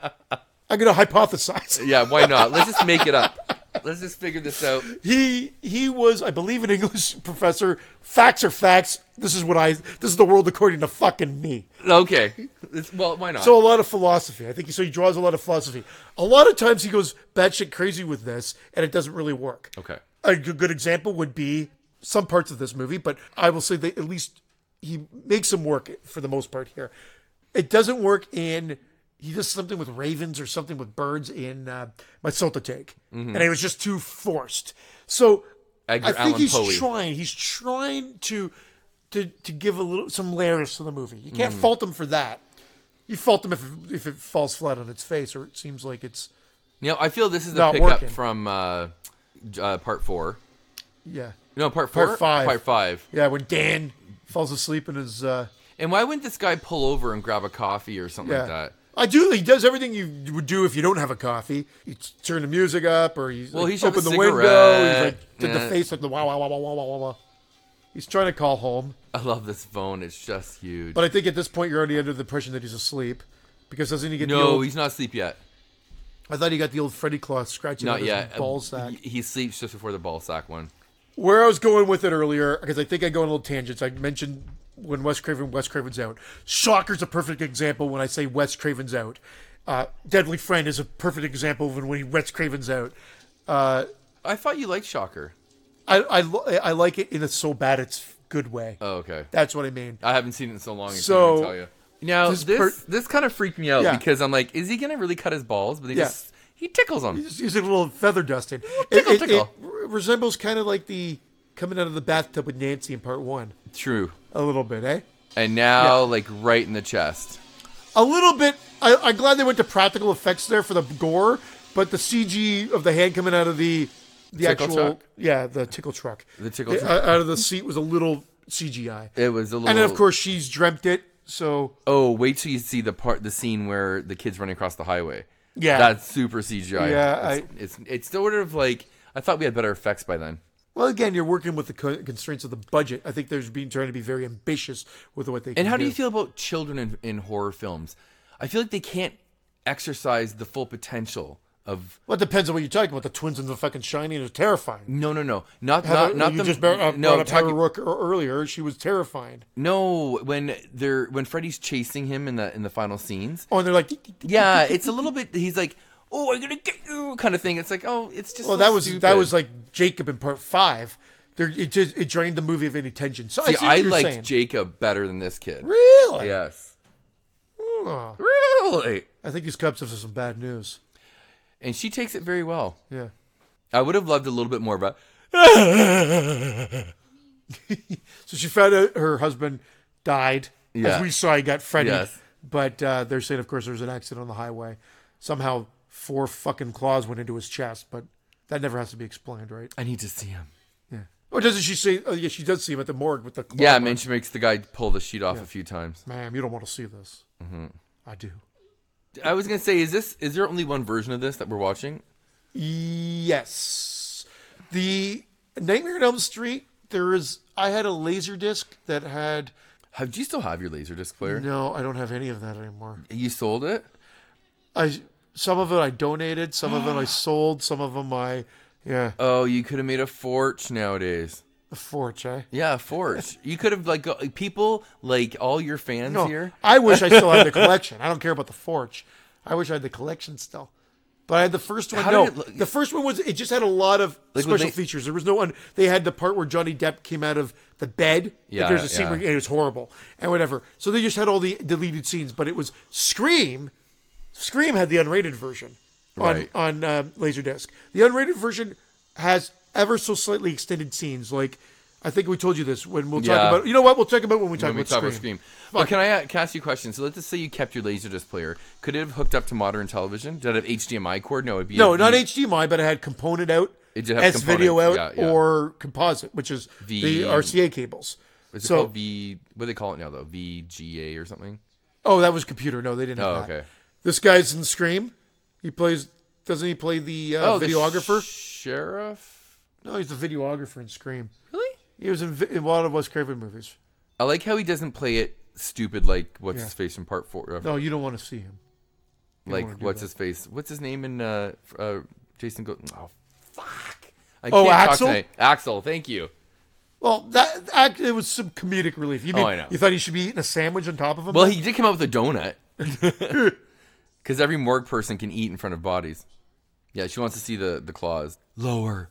I'm gonna hypothesize.
Yeah, why not? Let's just make it up. Let's just figure this out.
He he was, I believe, an English professor. Facts are facts. This is what I. This is the world according to fucking me.
Okay. It's- well, why not?
So a lot of philosophy. I think so. He draws a lot of philosophy. A lot of times he goes batshit crazy with this, and it doesn't really work.
okay.
A g- good example would be some parts of this movie, but I will say that at least he makes them work for the most part here. It doesn't work in he does something with ravens or something with birds in uh, my Salta take, and it was just too forced. So
Mm-hmm. Edgar
I think
Allan
he's
Poe.
trying. He's trying to to to give a little some layers to the movie. You
Mm.
can't fault him for that. You fault him if if it falls flat on its face or it seems like it's
Now I feel this is a
Not
pickup
working.
from uh, j- uh, part four.
yeah
No, part four.
Part five.
Part five.
yeah when Dan falls asleep in his. Uh,
And why wouldn't this guy pull over and grab a coffee or something like that?
I do. He does everything you would do if you don't have a coffee. You t- turn the music up, or you
Well,
like,
he should have
open
a
the window. He's
cigarette.
like did
Yeah.
the face like the wow wow wow wow wow wow wow. He's trying to call home,
I love this phone. It's just huge.
but I think at this point you're already under the impression that he's asleep because doesn't he get the
no,
old?
he's not asleep yet.
I thought he got the old Freddy cloth scratching out
Not
his
yet.
ball
Uh,
sack.
He, he sleeps just before the ball sack one.
Where I was going with it earlier, because I think I go on little tangents. I mentioned when Wes Craven, Wes Craven's out. Shocker's a perfect example when I say Wes Craven's out. Uh, Deadly Friend is a perfect example of when he Wes Craven's out. Uh,
I thought you liked Shocker.
I, I, lo- I like it in a so bad it's good way.
Oh, okay.
That's what I mean.
I haven't seen it in so long. It's
So,
so, tell you. Now
this
this
per-
this kind of freaked me out
Yeah.
because I'm like, is he gonna really cut his balls? But he
Yeah.
just he tickles them.
Just use a little feather dusting.
tickle,
it, it-
tickle.
it re- resembles kind of like the coming out of the bathtub with Nancy in part one.
True.
A little bit, eh?
And now like right in the chest.
a little bit. I, I'm glad they went to practical effects there for the gore, but the CG of the hand coming out of the the
Tickle
actual
truck?
yeah the tickle truck
The tickle
Uh,
truck.
out of the seat was a little CGI,
It was a little.
and then of course she's dreamt it. So
oh, wait till you see the part, the scene where the kid's running across the highway.
Yeah.
that's super CGI.
Yeah,
it's,
I-
it's it's sort of like I thought we had better effects by then.
well, again, you're working with the co- constraints of the budget. I think they're being trying to be very ambitious with what they.
And how do you feel about children in, in horror films? I feel like they can't exercise the full potential of
Well, it depends on what you're talking about. The twins in the fucking Shining are terrifying.
no, no, no, not
Heather-
not not
you
them-
just uh, brought up,
no,
brought
I'm
up Heather
talking-
Rook ear- earlier. She was terrifying.
no. When they're when Freddy's chasing him in the in the final scenes,
Oh, and they're like,
yeah, it's a little bit. He's like, "Oh, I'm gonna get you," kind of thing. It's like, oh, it's just.
Well,
so
that was that
stupid.
was like Jacob in part five. There, it just it drained the movie of any tension. So I,
See,
see what
I
you're
liked
saying.
Jacob better than this kid.
really.
Yes.
Oh,
Really?
I think these Cubs have some bad news.
And she takes it very well.
Yeah,
I would have loved a little bit more of a.
so she found out her husband died.
Yeah.
As we saw, he got Freddy.
Yes.
But uh, they're saying, of course, there was an accident on the highway. Somehow, four fucking claws went into his chest, but that never has to be explained, right?
I need to see him.
Yeah. Or doesn't she say? Oh, yeah, she does see him at the morgue with the claw
Yeah,
mark.
man, she makes the guy pull the sheet off a few times.
Ma'am, you don't want to see this.
Mm-hmm.
I do.
I was gonna say, is this is there only one version of this that we're watching?
Yes. The Nightmare on Elm Street, there is I had a laser disc that had
Have do you still have your laser disc player?
no, I don't have any of that anymore.
You sold it?
I some of it I donated, some of it I sold, some of them I yeah,
Oh, you could have made a forge nowadays.
the forge, eh?
Yeah, a forge. you could have like go, people like all your fans
No,
here.
I wish I still had the collection. I don't care about the forge. I wish I had the collection still. But I had the first one.
How
no,
did it look-
the first one was it just had a lot of
Like when
special
they-
features. There was no one. They had the part where Johnny Depp came out of the bed. Like,
Yeah,
there's a scene
yeah.
where it was horrible and whatever. So they just had all the deleted scenes. But it was Scream. Scream had the unrated version on
Right.
on uh, um, Laserdisc. The unrated version has ever so slightly extended scenes, like I think we told you this when we'll
Yeah.
talk about. You know what? We'll talk about when we talk,
when we
about,
talk
Scream.
about Scream. But can I uh, can I ask you a question? So let's just say you kept your Laserdisc player. Could it have hooked up to modern television? Did it have HDMI cord? No, it'd be
No, not HDMI, but it had component out,
It did have
S video out,
component, yeah, yeah.
or composite, which is the,
The-
RCA cables.
Is it
so,
called V? What do they call it now though? VGA or something?
oh, that was computer. No, they didn't. Have
Oh,
that.
okay.
This guy's in Scream. He plays. Doesn't he play the uh,
Oh, the
videographer?
sheriff.
no, he's the videographer in Scream.
Really?
He was in, vi- in a lot of Wes Craven movies.
I like how he doesn't play it stupid like what's his face from part four. uh,
No, you don't want to see him. wanna
like
do
what's his face? What's his name in uh, f- uh Jason? Go- oh fuck! I
Oh,
can't
Axel?
Talk tonight. Axel, thank you.
Well, that, that it was some comedic relief. You mean,
Oh, I know.
You thought he should be eating a sandwich on top of him?
Well, he did come up with a donut. Because every morgue person can eat in front of bodies. Yeah, she wants to see the, the claws. Lower.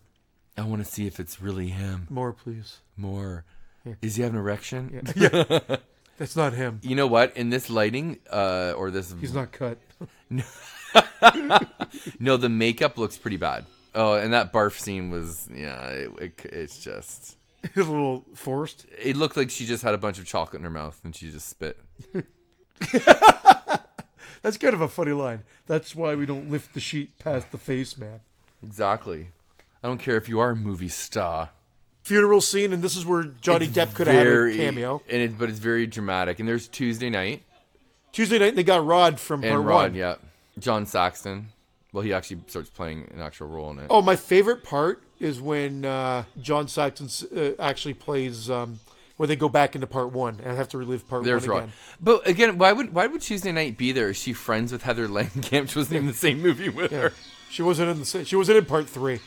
I want to see if it's really him.
More, please.
More. Is he having an erection?
That's not him.
You know what? In this lighting, uh, or this.
He's not cut.
No, the makeup looks pretty bad. Oh, and that barf scene was. Yeah, it, it, it's just.
He's a little forced.
It looked like she just had a bunch of chocolate in her mouth and she just spit.
That's kind of a funny line. That's why we don't lift the sheet past the face, man.
Exactly. I don't care if you are a movie star.
Funeral scene, and this is where Johnny Depp could have had a
Very-
cameo.
And it, but it's very dramatic. And there's Tuesday night.
Tuesday night, they got Rod from
And
part
Rod,
one.
yeah. John Saxton. Well, he actually starts playing an actual role in it.
Oh, my favorite part is when uh, John Saxon uh, actually plays um, when they go back into part one, and I have to relive part
There's
one
Rod.
again.
But again, why would why would Tuesday night be there? Is she friends with Heather Langenkamp? She wasn't even in the same movie with her.
She wasn't in the. se- She wasn't in part three.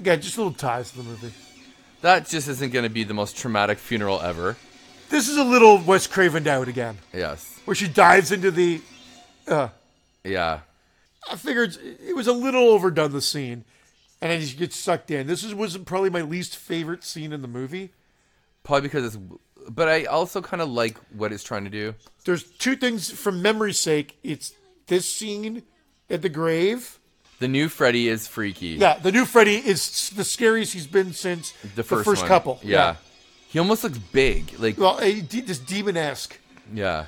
Again, just little ties to the movie.
That just isn't going to be the most traumatic funeral ever.
This is a little Wes Craven out again,
Yes.
where she dives into the.
Yeah.
I figured it was a little overdone the scene, and I just get sucked in. This is, was probably my least favorite scene in the movie.
Probably because it's. But I also kind of like what it's trying to do.
There's two things from memory's sake. It's this scene at the grave.
The new Freddy is freaky.
Yeah, the new Freddy is s- the scariest he's been since
The first, one.
couple.
Yeah. He almost looks big. Like,
Well, a de- just demon esque.
yeah.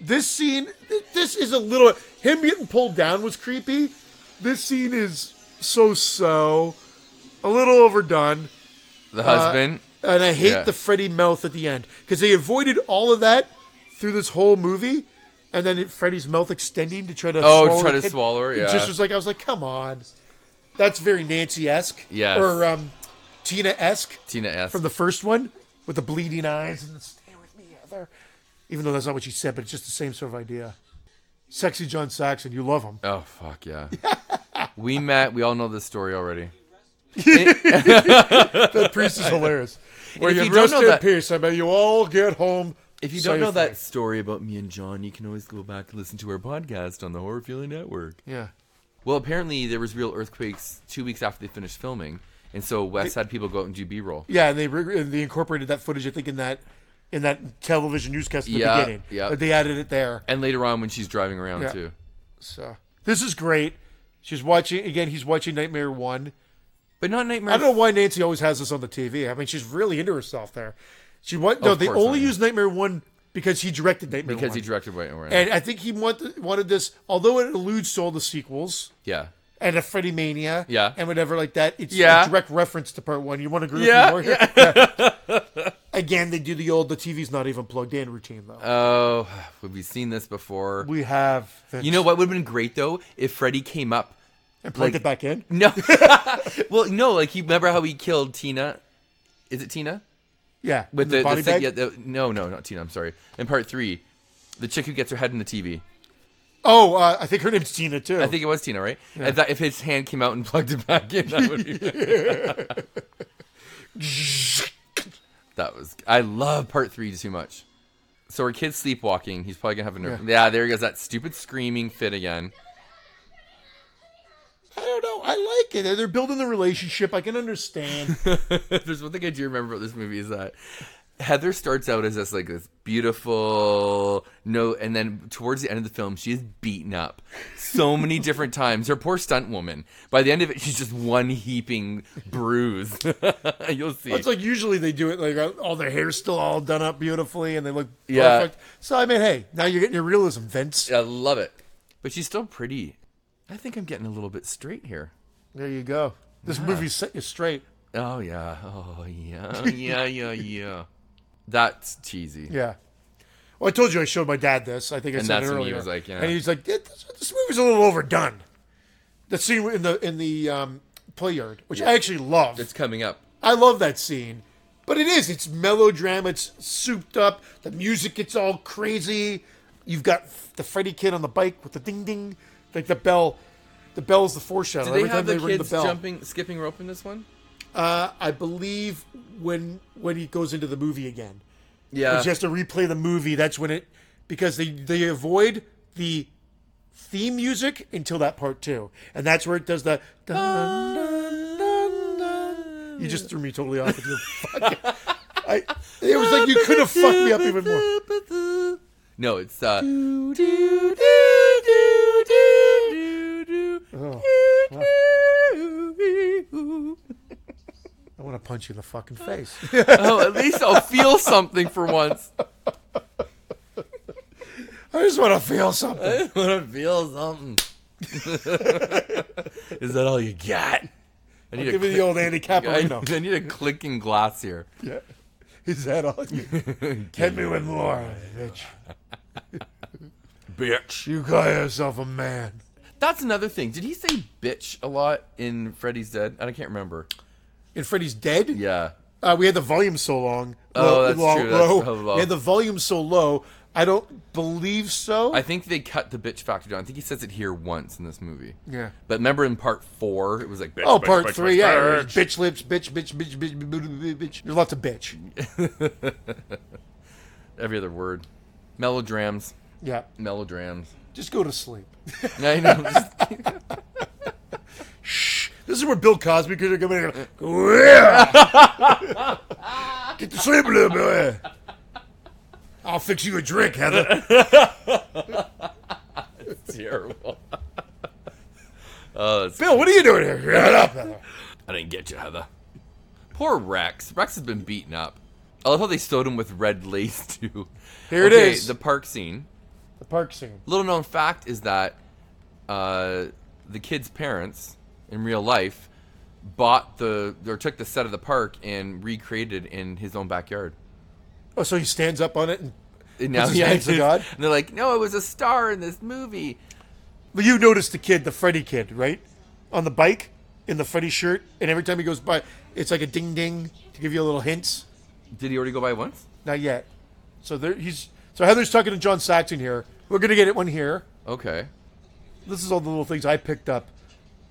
This scene, th- this is a little. Him getting pulled down was creepy. This scene is so so. A little overdone. Uh,
The husband.
And I hate
Yeah.
the Freddy mouth at the end. Because they avoided all of that through this whole movie. And then it, Freddy's mouth extending to try to
Oh,
swallow
try
the
to
kid.
swallow her,
It
yeah.
just was like, I was like, come on. That's very Nancy esque.
Yes.
Or um, Tina esque.
Tina S.
from the first one with the bleeding eyes and the stay with me, Heather. Even though that's not what she said, but it's just the same sort of idea. Sexy John Saxon, you love him.
Oh fuck yeah. we met. We all know this story already.
That priest is hilarious. Where
if
you
you don't
rest
know
in
that-
peace, I may you all get home.
If you don't know
safely.
that story about me and John, you can always go back and listen to our podcast on the Horror Feeling Network.
yeah,
Well, apparently there was real earthquakes two weeks after they finished filming, and so Wes had people go out and do B-roll.
yeah, and they re- and they incorporated that footage. I think in that in that television newscast at the
Yeah,
beginning.
yeah.
But they added it there.
And later on, when she's driving around
Yeah.
too.
So this is great. She's watching again. He's watching Nightmare One.
But not Nightmare.
I don't know why Nancy always has this on the TV. I mean, she's really into herself there. She what? No,
Of
they
course
only
not.
used Nightmare One because he directed Nightmare
because
One.
he directed White and Orange.
and I think he want, wanted this, although it alludes to all the sequels
yeah.
and a Freddy Mania,
Yeah.
and whatever like that. It's
Yeah.
a direct reference to Part One. You want to agree
Yeah,
with me more here? Yeah. Again, they do the old the TV's not even plugged in routine though.
Oh, have we seen this before?
we have this.
you know what would have been great though if Freddy came up.
and plugged
like-
it back in.
No. well, no. Like you remember how he killed Tina? Is it Tina?
Yeah,
with
in
the, the,
body
thing-
bag.
yeah, the- no, no, not Tina. I'm sorry. In part three, the chick who gets her head in the TV.
Oh, uh, I think her name's Tina too.
I think it was Tina, right? I thought if his hand came out and plugged it back in, that would be. that was. I love part three too much. So our kid's sleepwalking. He's probably gonna have a nerve. Yeah. there he goes. That stupid screaming fit again.
I don't know. I like it. They're building the relationship. I can understand.
There's one thing I do remember about this movie is that Heather starts out as this like this beautiful no, and then towards the end of the film, she is beaten up so many different times. Her poor stunt woman. By the end of it, she's just one heaping bruise. You'll see.
It's like usually they do it like uh, all their hair's still all done up beautifully and they look
Yeah.
perfect. So I mean, hey, now you're getting your realism, Vince.
I love it, but she's still pretty. I think I'm getting a little bit straight here.
There you go. This movie set you straight.
Oh yeah, oh yeah, yeah, yeah, yeah. That's cheesy.
Yeah. Well, I told you I showed my dad this. I think I
And
said
that's
it
when
earlier.
he was like, yeah.
And he's like, "Yeah, this, this movie's a little overdone. The scene in the in the um, play yard, which I actually love.
It's coming up.
I love that scene. But it is. It's melodrama. It's souped up. The music gets all crazy. You've got f- the Freddy kid on the bike with the ding ding, like the bell. The bell's the foreshadow.
Do they
Every time
have the
they ring the
kids
bell,
jumping, skipping rope in this one?
uh, I believe when when he goes into the movie again,
Yeah.
when she has to replay the movie. That's when it because they they avoid the theme music until that part too, and that's where it does the. dun,
Ah.
dun, dun, dun, dun. You just threw me totally off with your fucking. I, it was like you could have fucked me up even more.
No, it's uh. Oh.
I want to punch you in the fucking face.
Oh, at least I'll feel something for once.
I just want to feel something.
I want to feel something. Is that all you got? I need, a,
Give me the
click-
old Andy
I,
Caparino.
I need a clicking glass here.
Yeah. Is that all you? Hit me with more, bitch.
Bitch.
You call yourself a man.
That's another thing. Did he say bitch a lot in Freddy's Dead? I can't remember.
And Freddy's dead?
Yeah.
Uh, we had the volume so long.
Oh, that's
low,
true.
Low.
That's so low.
We had the volume so low. I don't believe so.
I think they cut the bitch factor down. I think he says it here once in this movie.
Yeah.
But remember in part four, it was like bitch.
oh,
bitch,
part
bitch,
three.
bitch,
yeah,
bitch.
it was bitch lips, bitch, bitch, bitch, bitch, bitch, bitch, bitch. There's lots of bitch.
Every other word. Melodrams.
Yeah.
Melodrams.
Just go to sleep.
I know. just-
This is where Bill Cosby could have come in and go, "Go here." Get to sleep a little bit. I'll fix you a drink, Heather.
terrible. oh, that's-
Bill, what are you doing here? Get up, Heather.
I didn't get you, Heather. Poor Rex. Rex has been beaten up. I love how they sewed him with red lace too.
Here it
Okay,
is.
The park scene.
The park scene.
Little known fact is that uh, the kid's parents in real life bought the or took the set of the park and recreated it in his own backyard.
Oh, so he stands up on it and
And now
Is his
he
name the
is-
god?
And they're like, no, it was a star in this movie.
But you noticed the kid, the Freddy kid, right? On the bike in the Freddy shirt, and every time he goes by, it's like a ding ding to give you a little hints.
Did he already go by once?
Not yet. So there he's so Heather's talking to John Saxon here. We're gonna get it one here.
Okay.
This is all the little things I picked up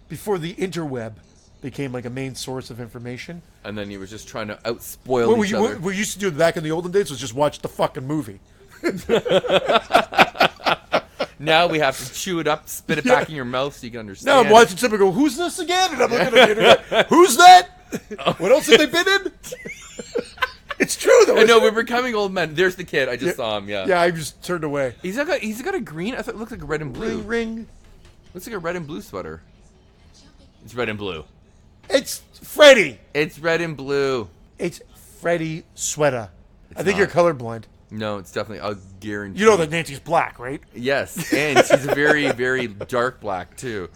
before the interweb became like a main source of information.
And then he was just trying to outspoil
What we,
each
what
other.
we used to do back in the olden days was just watch the fucking movie.
now we have to chew it up, spit it back in your mouth so you can
Now
understand.
I'm watching something go, who's this again? And I'm looking at the internet. Who's that?
Oh.
What else have they been in? it's true though.
I know
isn't it?
we're becoming old men. There's the kid. I just saw him. Yeah.
Yeah, I just turned away.
He's got a, he's got a green. I thought it looked like a red and blue.
Ring, ring.
Looks like a red and blue sweater. It's red and blue.
It's Freddy.
It's red and blue.
It's Freddy sweater. I think
not.
you're colorblind.
No, it's definitely. I'll guarantee.
You know that Nancy's black, right?
Yes, and she's very very dark black too.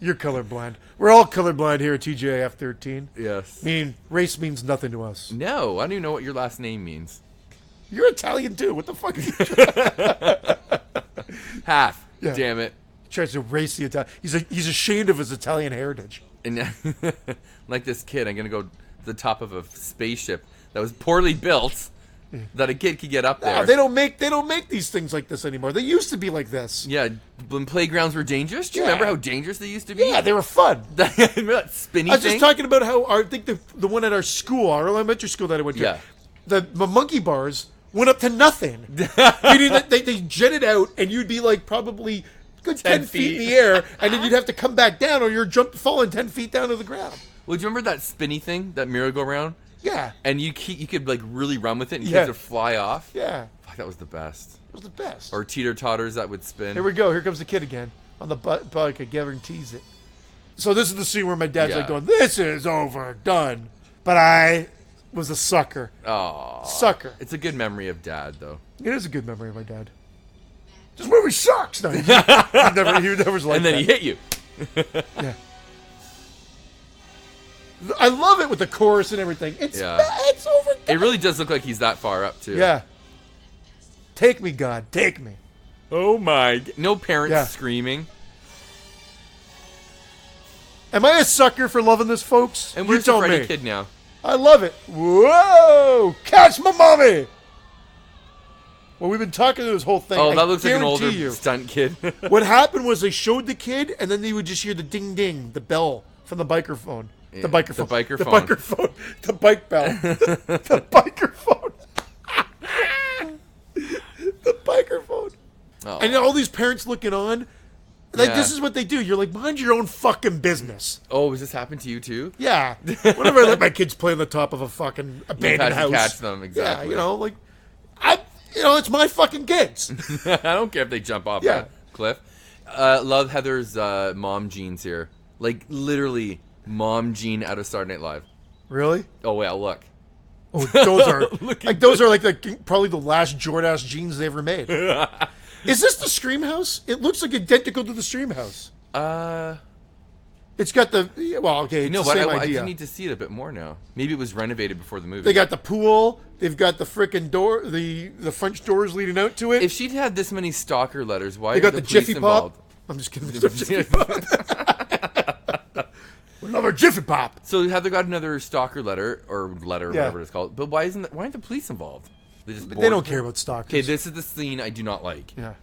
You're colorblind. We're all colorblind here at TJF 13.
Yes.
I mean, race means nothing to us.
No, I don't even know what your last name means.
You're Italian too. What the fuck? Is he
Half.
Yeah.
Damn it.
tries to erase the Italian. He's like, he's ashamed of his Italian heritage.
And like this kid, I'm gonna go to the top of a spaceship that was poorly built, that a kid could get up there.
Ah, Mm. they don't make they don't make these things like this anymore. They used to be like this.
Yeah, when playgrounds were dangerous. Do you
Yeah.
remember how dangerous they used to be?
Yeah, they were fun.
remember that spinny
I was
thing?
just talking about how our, I think the the one at our school, our elementary school that I went to,
Yeah.
the, the monkey bars went up to nothing. Meaning that they, they jetted out, and you'd be like probably good 10,
10
feet. in the air, and then you'd have to come back down, or you're jump falling 10 feet down to the ground.
Well, do you remember that spinny thing, that merry-go-round?
Yeah.
and you ke- you could like really run with it, and
Yeah.
kids would fly off.
Yeah.
Fuck, that was the best.
It was the best.
Or teeter totters that would spin.
Here we go. Here comes the kid again on the bu- bike. I guarantees it. So this is the scene where my dad's like
Yeah.
going, "This is overdone," but I was a sucker.
Aw.
Sucker.
It's a good memory of dad though.
It is a good memory of my dad. This movie sucks. No, he, he never, he never was like
And then he
that.
hit you.
I love it with the chorus and everything. It's
Yeah.
it's overdone.
It really does look like he's that far up too.
yeah. Take me, God, take me.
Oh my. g- No parents
Yeah.
screaming.
Am I a sucker for loving this, folks?
And
you
where's the
tell
Freddy
me.
kid now?
I love it. Whoa! Catch my mommy! Well, we've been talking to this whole thing.
Oh,
I
that looks like an
guarantee
older
you.
stunt kid.
What happened was they showed the kid, and then they would just hear the ding ding, the bell from the biker phone.
Yeah,
The biker
the
phone. The
bikerphone.
biker phone. The bike bell. the biker phone. the biker phone.
Oh.
And all these parents looking on. Like,
Yeah.
this is what they do. You're like, mind your own fucking business.
oh, has this happened to you too?
Yeah. Whenever I let my kids play on the top of a fucking abandoned
had
house.
to catch them,
Yeah,
exactly.
you know, like I you know, it's my fucking kids.
I don't care if they jump off
Yeah.
that cliff. Uh, love Heather's uh, mom jeans here. Like literally mom jean out of Saturday Night Live.
really?
Oh yeah, look.
Oh, those are like those are like the probably the last Jordache jeans they ever made. Is this the Scream House? It looks like identical to the Scream House.
Uh,
It's got the yeah, well, okay, it's
you know
the
what? I,
same
I
idea.
do need to see it a bit more now. Maybe it was renovated before the movie.
they got the pool. They've got the frickin' door, the the French doors leading out to it.
if she'd had this many stalker letters, why
they
are
got
the,
the,
police
Jiffy
involved?
Pop. I'm just kidding. There's no Jiffy Pop. We love our Jiffy Pop.
so Heather got another stalker letter or letter,
Yeah.
whatever it's called. But why isn't that, why aren't the police involved? They just
They don't care about stalkers.
Okay, this is the scene I do not like.
yeah.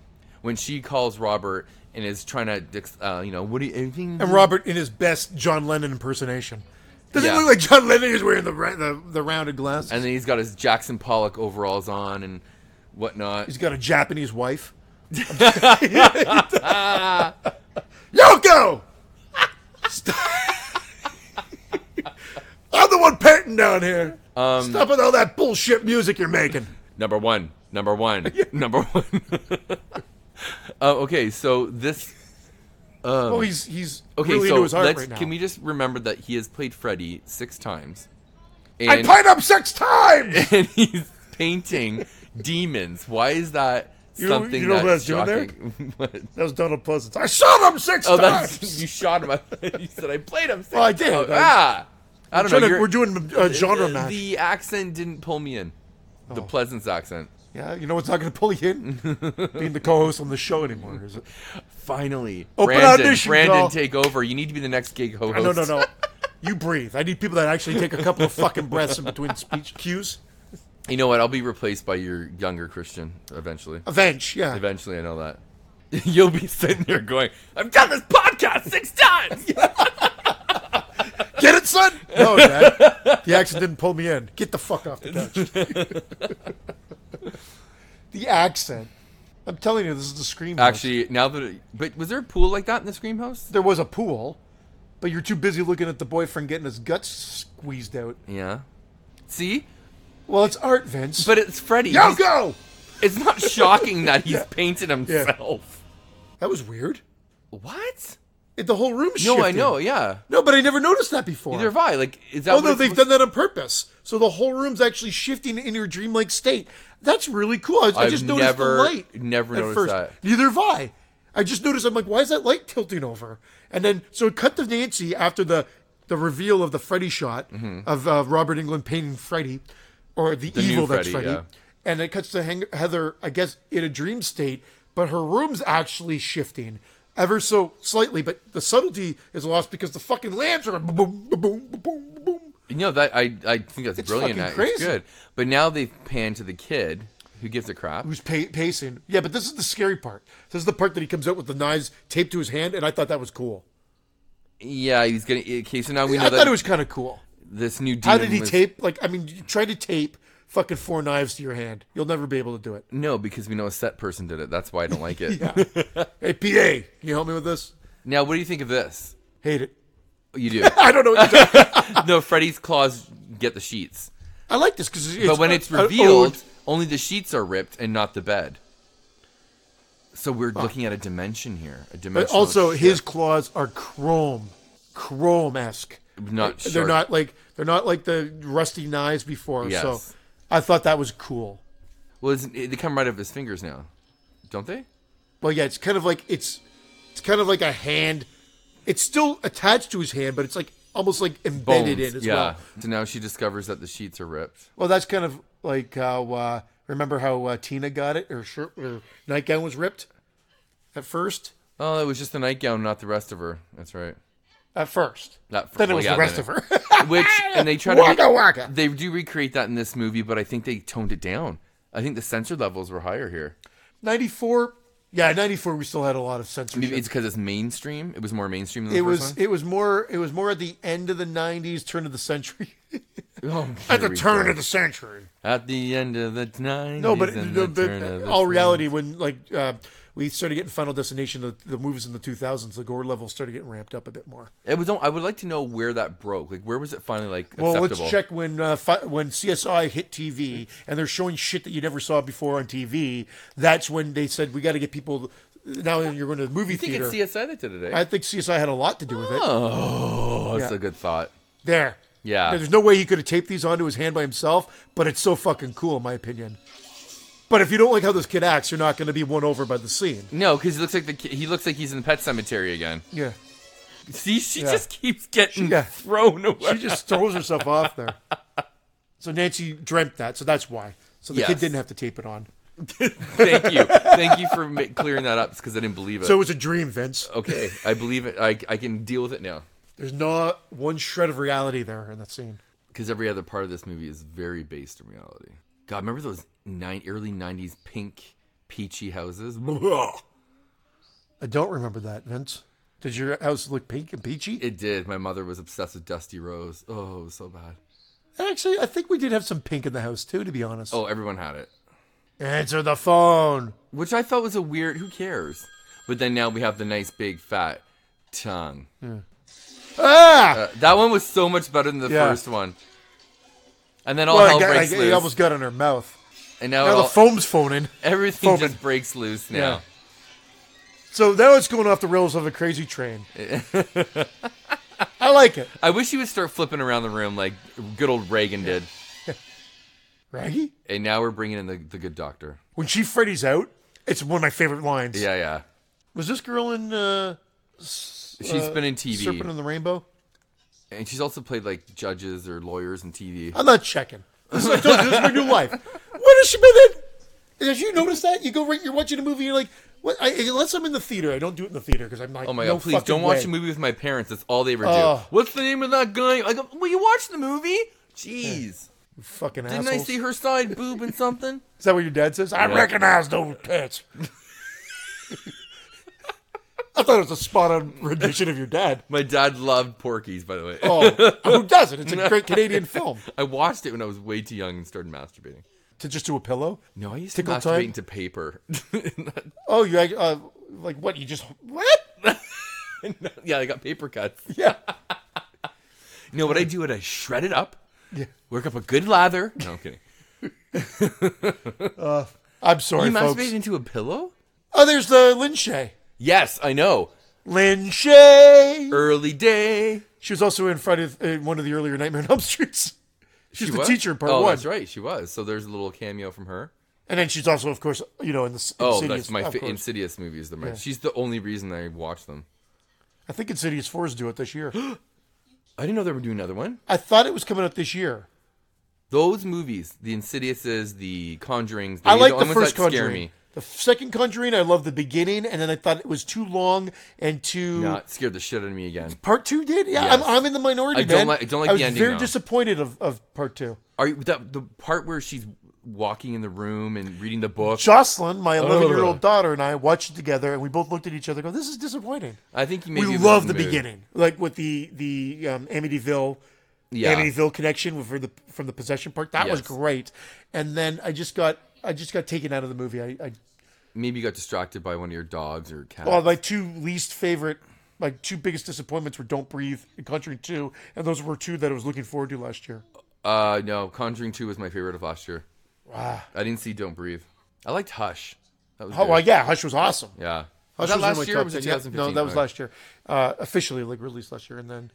When she calls Robert and is trying to, uh, you know, what do you, anything?
And Robert in his best John Lennon impersonation. Doesn't
Yeah.
look like John Lennon is wearing the ra- the, the rounded glasses.
and then he's got his Jackson Pollock overalls on and whatnot.
He's got a Japanese wife. Yoko! Stop. I'm the one painting down here.
Um,
Stop with all that bullshit music you're making.
Number one, number one, number one. uh, okay, so this.
Oh, he's he's
Uh, Okay,
really
so
into his heart
let's.
right now.
Can we just remember that he has played Freddy six times,
I
and,
played up six times.
and he's painting demons. Why is that
You know-
something
you know what I
that's
was doing there?
shocking? What?
That was Donald Pleasance. I shot him six
Oh,
times.
that's you shot him. I- you said I played him. Six
Well, I did.
times."
I-
ah, I don't know.
Trying to-
you're- Uh,
we're doing a genre match. Oh.
The accent didn't pull me in. The Pleasance accent.
Yeah, you know what's not going to pull you in? Being the co-host on the show anymore, is it?
Finally,
Open
Brandon,
audition
Brandon,
call.
take over. You need to be the next gig host.
No, no, no. You breathe. I need people that actually take a couple of fucking breaths in between speech cues.
You know what? I'll be replaced by your younger Christian eventually.
Avenge, yeah.
Eventually, I know that. You'll be sitting there going, "I've done this podcast six times."
Get it, son? No, Dad. The accent didn't pull me in. Get the fuck off the couch. the accent. I'm telling you, this is the scream. house.
Actually, now that it, but was there a pool like that in the Scream House?
there was a pool, but you're too busy looking at the boyfriend getting his guts squeezed out.
Yeah. See,
Well, it's art, Vince.
but it's Freddy.
Yo,
He's-
go!
It's not shocking that he's painted himself.
That was weird.
What?
It, the whole room
No,
shifted.
I know. Yeah.
No, but I never noticed that before.
Neither have I. Like, is that?
Oh
what
no,
it's
they've
supposed-
done that on purpose. So the whole room's actually shifting in your dreamlike state. That's really cool. I, I
I've
just noticed
never-
the light.
never
at
noticed
first.
that.
Neither have I. I just noticed. I'm like, why is that light tilting over? And then so it cut to Nancy after the the reveal of the Freddy shot of uh, Robert England painting Freddy, or the,
Mm-hmm. new
evil that's
Freddy,
Freddy.
yeah.
And it cuts to Heng- Heather, I guess, in a dream state, but her room's actually shifting ever so slightly. But the subtlety is lost because the fucking lamps are boom, boom, boom, boom, boom.
You know that I I think that's
fucking
brilliant. That It's
crazy.
good. But now they pan to the kid who gives a crap.
who's pa- pacing. Yeah, but this is the scary part. This is the part that he comes out with the knives taped to his hand, and I thought that was cool.
Yeah, he's gonna. Okay, so now we know
I
that
thought it was kind of cool.
this new demon.
How did he
was-
tape? Like, I mean, you try to tape fucking four knives to your hand. You'll never be able to do it.
No, because we know a set person did it. That's why I don't like it.
Yeah. hey, PA, can you help me with this?
Now, what do you think of this?
Hate it.
You do.
I don't know. What you're talking.
no, Freddy's claws get the sheets.
I like this because.
But when it's revealed, only the sheets are ripped and not the bed. So we're looking at a dimension here. A dimension.
But also, his claws are chrome, chrome esque.
Not
They're
sharp.
not like they're not like the rusty knives before. So,
Yes.
I thought that was cool.
well, isn't- they come right out of his fingers now, don't they?
Well, yeah, it's kind of like it's it's kind of like a hand. It's still attached to his hand, but it's like almost like
Bones.
embedded in as
yeah.
well.
So now she discovers that the sheets are ripped.
Well, that's kind of like how uh, remember how uh, Tina got it, her shirt, her nightgown was ripped at first.
Oh, it was just the nightgown, not the rest of her. That's right.
At first,
Not for,
then it
well,
was
yeah,
the rest
then
of her.
it- Which and they try to
Waka waka.
They do recreate that in this movie, but I think they toned it down. I think the censor levels were higher here.
ninety four. Yeah, ninety four. We still had a lot of
Maybe
censorship.
it's because it's mainstream. It was more mainstream than the
It
first
was
one.
it was more it was more at the end of the nineties, turn of the century.
Oh,
at the
here we
turn
go.
of the century.
At the end of the nineties.
No, but,
and
no,
the
but
turn of the
all
century.
reality, when like uh, we started getting Final Destination, the, the movies in the 2000s, the gore level started getting ramped up a bit more.
It was. I would like to know where that broke. Like, where was it finally like
Well,
acceptable?
let's check when uh, fi- when CSI hit TV and they're showing shit that you never saw before on TV. That's when they said we got to get people. Now you're going to the movie
I think
theater.
it's CSI that did it. eh?
I think CSI had a lot to do with it.
oh, that's
Yeah.
a good thought.
There.
Yeah.
There's no way he could have taped these onto his hand by himself, but it's so fucking cool in my opinion. But if you don't like how this kid acts, you're not going to be won over by the scene.
No, because he looks like the ki- he looks like he's in the Pet Cemetery again.
Yeah.
See, she
Yeah.
just keeps getting
Yeah.
thrown away.
She just throws herself off there. So Nancy dreamt that, so that's why. So the kid
Yes.
didn't have to tape it on.
Thank you, thank you for ma- clearing that up because I didn't believe it.
So it was a dream, Vince.
okay, I believe it. I I can deal with it now
There's not one shred of reality there in that scene.
because every other part of this movie is very based in reality. God, remember those nine early '90s pink peachy houses?
I don't remember that, Vince. Did your house look pink and peachy?
It did. My mother was obsessed with Dusty Rose. Oh, it was so bad.
Actually, I think we did have some pink in the house too, to be honest.
Oh, everyone had it.
Answer the phone.
Which I thought was a weird. Who cares? But then now we have the nice big fat tongue.
Ah!
Uh, that one was so much better than the
Yeah.
first one. And then all
Well, I
hell
got-
breaks
I-
loose.
It almost got in her mouth.
and now,
Now
all-
the foam's phoning.
everything
foaming.
just breaks loose now.
So now it's going off the rails of a crazy train. I like it.
I wish he would start flipping around the room like good old Reagan did.
Raggy?
And now we're bringing in the, the good doctor.
When Chief Freddy's out, it's one of my favorite lines.
Yeah, yeah.
Was this girl in uh,
She's been in TV,
Serpent in the Rainbow?
and she's also played like judges or lawyers in TV.
I'm not checking. This is, I told you, this is my new life. What has she been in? Did you notice that? You go right, you're watching a movie, you're like, what? I, unless I'm in the theater, I don't do it in the theater because I'm like,
Oh my
no
god! Please don't
fucking
watch
way.
a movie with my parents. That's all they ever do.
Oh.
What's the name of that guy? I go, will you watch the movie? Jeez!
Fucking
Didn't I
assholes.
see her side boob and something?
Is that what your dad says? I
Yeah.
recognize those tits. I thought it was a spot on rendition of your dad.
My dad loved Porky's, by the way.
Oh, who doesn't? It's a great Canadian film.
I watched it when I was way too young and started masturbating.
To just do a pillow?
No, I used
Tickle
to masturbate
time?
into paper.
Oh, you uh, like what? You just what?
yeah, I got paper cuts.
Yeah.
No, what I do is I shred it up,
Yeah.
work up a good lather. No, I'm kidding.
I'm sorry,
You
folks.
masturbated into a pillow?
Oh, there's the Lin Shay.
Yes, I know.
Lin Shay.
Early day.
She was also in Friday in one of the earlier Nightmare on Elm Streets. She's
She
the
was?
teacher in part
oh,
one,
that's right. She was. So there's a little cameo from her.
and then she's also, of course, you know, in the S-
Oh,
Insidious.
that's my
of
fa-
course.
Insidious movies. They're my, She's the only reason I watch them.
I think Insidious Four is due it this year.
I didn't know they were doing another one.
I thought it was coming out this year.
Those movies, the Insidiouses, the Conjurings.
I
they're
like the,
only ones
first
that scare
Conjuring.
me.
The second Conjuring, I loved the beginning, and then I thought it was too long and too.
Nah, it scared the shit out of me again.
Part two did, yeah.
Yes.
I'm, I'm in the minority.
I don't
man.
like- I don't like
I
the
was
ending,
very
though.
disappointed of, of part two.
Are you that the part where she's walking in the room and reading the book?
Jocelyn, my 11 year old daughter, and I watched it together, and we both looked at each other, and go, "This is disappointing."
I think you maybe
We
was
love
in
the
mood.
beginning, like with the the um, Amityville,
Yeah.
Amityville connection with- for the from the possession part. That was
Yes.
great, and then I just got I just got taken out of the movie. I, I
Maybe you got distracted by one of your dogs or cats.
well, my two least favorite my two biggest disappointments were Don't Breathe and Conjuring Two, and those were two that I was looking forward to last year.
Uh, no, Conjuring Two was my favorite of last year. I didn't see Don't Breathe. I liked Hush. That was
Oh
good.
well, yeah, Hush was awesome.
yeah.
Hush
Was
was
that
in my
last year? Or
top
was it
10. Yeah,
2015?
No, that was
Okay.
last year. Uh, officially, like released last year, and then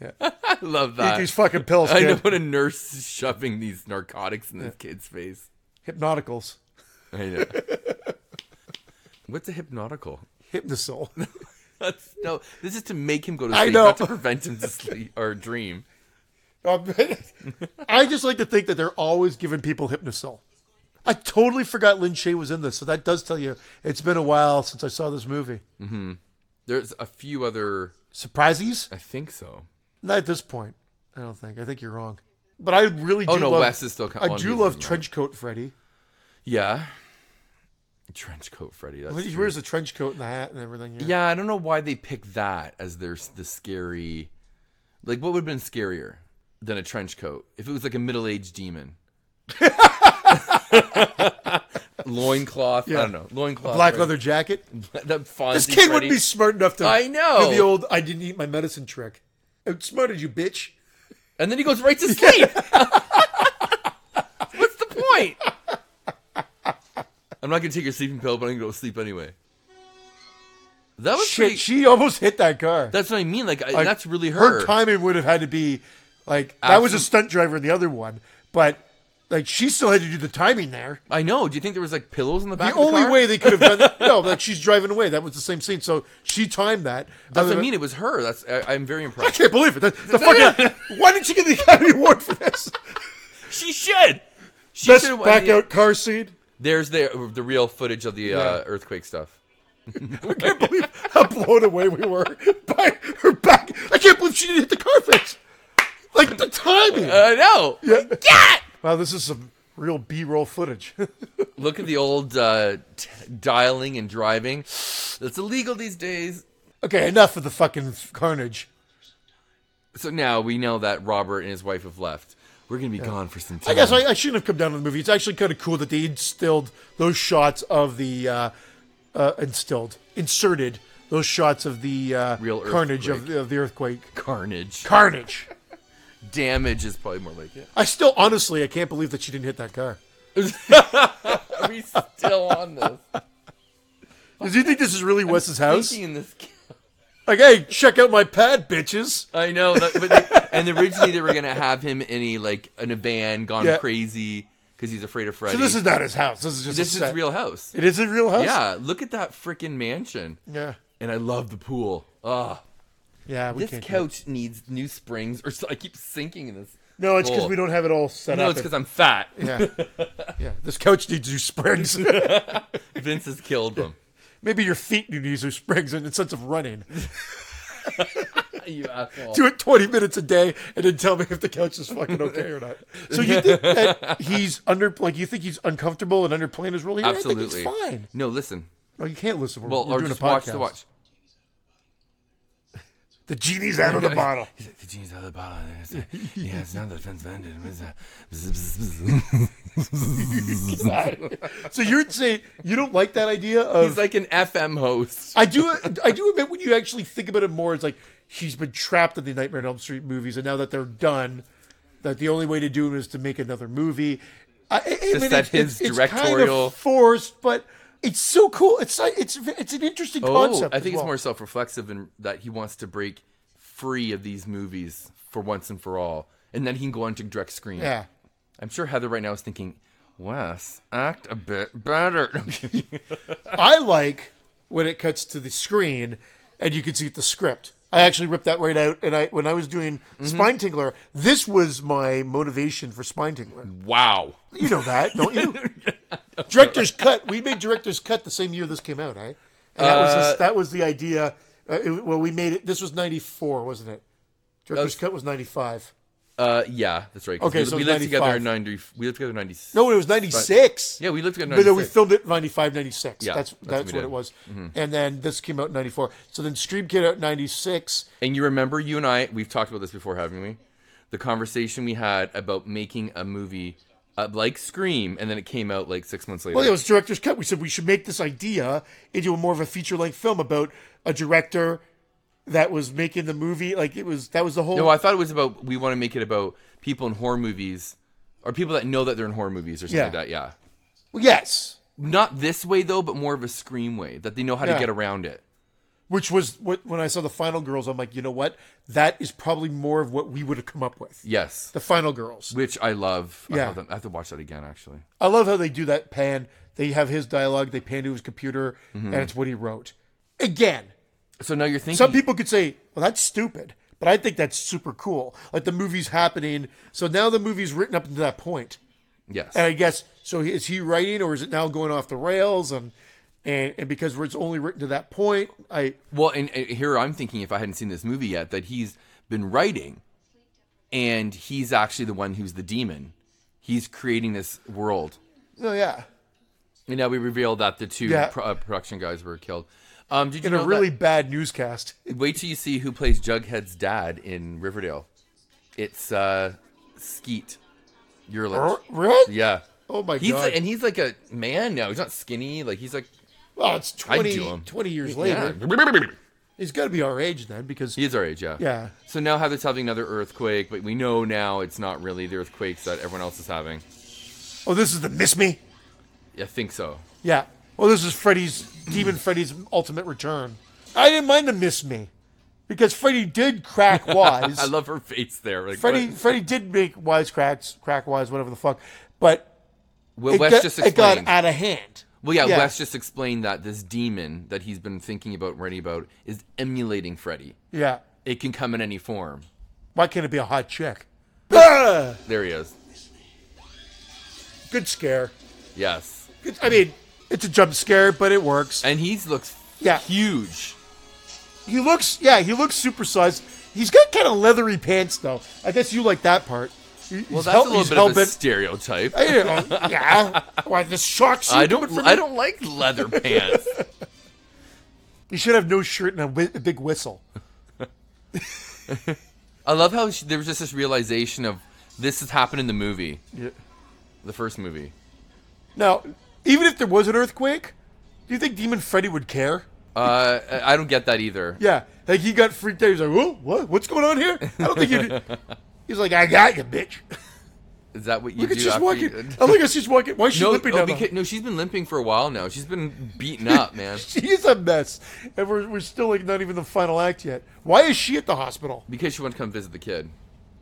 I love
Eat
that.
these fucking pills,
I know
kid.
what a nurse is shoving these narcotics in this kid's face.
Hypnoticals,
I know. What's a hypnotical?
Hypnosol.
That's, no, this is to make him go to
I
sleep,
know.
not to prevent him to sleep or dream.
Um, I just like to think that they're always giving people Hypnosol. I totally forgot Lin Shaye was in this, so that does tell you it's been a while since I saw this movie.
There's a few other.
Surprises?
I think so.
Not at this point. I don't think. I think you're wrong. But I really do
Oh, no,
love,
Wes is still co-
I
on
do
these
love
as well.
Trenchcoat Freddy.
Yeah. Trench coat, Freddy. That's
He
true.
wears the trench coat and the hat and everything. Yeah.
Yeah, I don't know why they picked that as their s- the scary. Like, what would have been scarier than a trench coat if it was like a middle aged demon? Loincloth. I don't know. Loincloth.
Black
right?
leather jacket.
that Fonzie
This kid
Freddy.
would be smart enough to
I know.
do the old I didn't eat my medicine trick. Outsmarted you, bitch.
And then he goes right to sleep. What's the point? I'm not gonna take your sleeping pill, but I'm gonna go to sleep anyway. That was
Shit,
pretty-
she almost hit that car.
that's what I mean. Like, I, that's really her.
her timing would have had to be like that was a stunt driver in the other one, but like she still had to do the timing there.
I know. Do you think there was like pillows in the back?
The
of
only
car?
way they could have done that, no, like she's driving away. That was the same scene, so she timed that.
That's what I mean. It was her. That's I, I'm very
I
impressed.
can't believe it. The, the fucking why didn't she get the Academy Award for this?
she should. She
Best
should've won
back
the-
out car scene.
There's the the real footage of the uh, earthquake stuff.
I can't believe how blown away we were by her back. I can't believe she didn't hit the car face. Like the timing.
Uh, I know. Yeah.
wow, this is some real B-roll footage.
Look at the old uh, t- dialing and driving. That's illegal these days.
okay, enough of the fucking carnage.
So now we know that Robert and his wife have left. We're gonna be gone for some time.
I guess I, I shouldn't have come down to the movie. It's actually kind of cool that they instilled those shots of the uh, uh, instilled, inserted those shots of the uh,
Real
carnage of,
earthquake.
of the earthquake.
Carnage.
Carnage.
Damage is probably more like it.
I still, honestly, I can't believe that she didn't hit that car.
Are we still on this?
Does he think this is really Wes's house?
Sneaking in this.
Like, hey, check out my pad, bitches.
I know. That, but they, and originally they were gonna have him in a like in a van, gone
Yeah.
crazy because he's afraid of Freddy.
So this is not his house. This is just
This
a
is
set.
real house.
It is a real house.
Yeah, look at that freaking mansion.
yeah,
And I love the pool. Ah,
yeah. We
this
can't. do it.
couch needs new springs, or so I keep sinking in this.
No, it's because
hole.
we don't have it all set
No,
up.
it's because I'm fat.
yeah, yeah. This couch needs new springs.
Vince has killed them.
Maybe your feet need new springs in the sense of running.
you asshole.
do it 20 minutes a day and then tell me if the couch is fucking okay or not. So you think that he's under, like, you think he's uncomfortable and underplaying his role here?
Absolutely.
I think it's fine.
No, listen.
No, you can't listen. We're,
Well,
we're
or
doing
just
a podcast.
watch the watch.
The genie's out of the bottle.
He's like, the genie's out of the bottle. And it's like, yeah, it's now the fence ended.
So you're saying you don't like that idea of.
He's like an FM host.
I do. I do admit when you actually think about it more, it's like he's been trapped in the Nightmare on Elm Street movies, and now that they're done, that the only way to do it is to make another movie. I, I I mean, it's-
that
it's-
his
it's kind
directorial-
of forced, but it's so cool. It's like- it's it's an interesting
Oh,
concept.
I
as
think it's
well.
more self-reflexive in that he wants to break free of these movies for once and for all, and then he can go on to direct screen.
Yeah,
I'm sure Heather right now is thinking, Wes, act a bit better.
I like when it cuts to the screen and you can see the script. I actually ripped that right out, and I when I was doing
Mm-hmm.
Spine Tingler, this was my motivation for Spine Tingler.
wow.
You know that, don't you? director's cut. We made director's cut the same year this came out, right? And that was
Uh,
just, that was the idea. Uh, it, well, we made it. This was '94, wasn't it? Director's cut was '95.
Uh, yeah, that's right. 'cause
Okay,
we,
so
we lived
95.
together in ninety. We lived together in ninety.
No, it was '96.
Yeah, we lived together in
But no, we
96.
filmed it in 95, 96.
Yeah,
that's
that's what
that's
we
what
did.
it
Mm-hmm.
was. And then this came out in 94. So then Stream came out in 96.
And you remember you and I? We've talked about this before, haven't we? The conversation we had about making a movie uh, like Scream, and then it came out like six months later.
Well, it was director's cut. We said we should make this idea into a more of a feature length film about a director that was making the movie. Like it was that was the whole.
No, I thought it was about we want to make it about people in horror movies or people that know that they're in horror movies or something
Yeah.
like that. Yeah,
Well, yes,
not this way though, but more of a Scream way that they know how
Yeah.
to get around it.
which was what when I saw the Final Girls, I'm like, you know what? That is probably more of what we would have come up with.
Yes,
The Final Girls.
which I love. I,
Yeah.
love them. I have to watch that again actually.
I love how they do that pan. They have his dialogue. They pan to his computer,
Mm-hmm.
and it's what he wrote. Again,
So now you're thinking
some people could say, "Well, that's stupid," but I think that's super cool. Like the movie's happening, so now the movie's written up to that point.
yes.
And I guess so. Is he writing, or is it now going off the rails? And and, and because it's only written to that point, I
Well, and, and here I'm thinking if I hadn't seen this movie yet that he's been writing, and he's actually the one who's the demon. He's creating this world.
oh yeah,
And now we reveal that the two
Yeah.
pro- uh, production guys were killed. Um, did you
in
know
a
that-
really bad newscast.
Wait till you see who plays Jughead's dad in Riverdale. It's uh, Skeet Yearlich.
Really?
Yeah.
Er? Oh my
He's
god!
like, and he's like a man now. He's not skinny. Like he's like
well, it's
do
20,
him.
20 years
yeah.
later. He's got to be our age then, because
He's our age, yeah.
Yeah.
So now Heather's having another earthquake, but we know now it's not really the earthquakes that everyone else is having.
oh, this is the miss me.
I think so.
Yeah. Well, this is Freddy's Demon Freddy's ultimate return. I didn't mind the miss me, because Freddy did crack wise.
I love her face there. Like, uh,
Freddy
what-
Freddy did make wise cracks, crack wise, whatever the fuck. But
Well,
it,
Wes
got,
just
it got
explained.
out of hand.
Well, yeah, Wes just explained that this demon that he's been thinking about, writing about, is emulating Freddy.
Yeah.
It can come in any form.
Why can't it be a hot chick? Ah!
There he is.
Good scare.
Yes.
Good, I mean, it's a jump scare, but it works.
And he looks
Yeah.
huge.
He looks, yeah, he looks supersized. He's got kind of leathery pants, though. I guess you like that part. He-
Well,
he's
that's
hell-
a little
he's
bit of a
hell-bent-
stereotype.
I don't know, yeah. Why the shock suit?
I don't.
good for
I
me?
don't like leather pants.
You should have no shirt and a, whi- a big whistle.
I love how she, there was just this realization of this has happened in the movie,
Yeah.
the first movie.
Now, even if there was an earthquake, do you think Demon Freddy would care?
Uh, I- I don't get that either.
Yeah, like he got freaked out. He's like, "Whoa, what? What's going on here?" I don't think you. He's like, "I got you, bitch."
Is that what you
Look
do?
at she's
after
walking.
you-
I look at she's walking. Why is she
no,
limping
oh,
down? the-
because, no, she's been limping for a while now. She's been beaten up, man.
She's a mess, and we're, we're still like not even the final act yet. Why is she at the hospital?
Because she wanted to come visit the kid.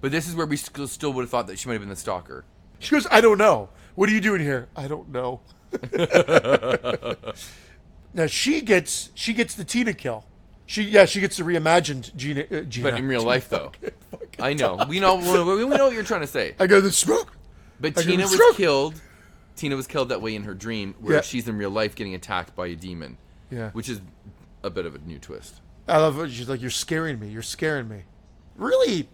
But this is where we still, still would have thought that she might have been the stalker.
She goes, "I don't know. What are you doing here? I don't know." now she gets she gets the Tina kill. She yeah she gets the reimagined Gina. Uh, Gina.
But in real life, though. I know. We know we, we know what you're trying to say.
I go the smoke.
But
I can
Tina was
stroke.
killed. Tina was killed that way in her dream, where
Yeah.
she's in real life getting attacked by a demon.
Yeah.
Which is a bit of a new twist.
I love it. She's like, "You're scaring me. You're scaring me." Really,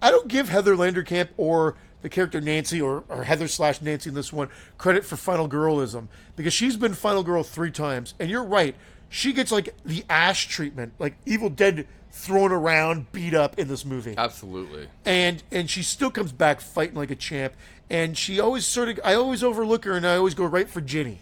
I don't give Heather Landerkamp or the character Nancy or, or Heather slash Nancy in this one credit for Final Girlism because she's been Final Girl three times, and you're right. She gets like the Ash treatment, like Evil Dead thrown around, beat up in this movie
Uh, Absolutely.
and and she still comes back fighting like a champ. And she always sort of I always overlook her, and I always go right for Ginny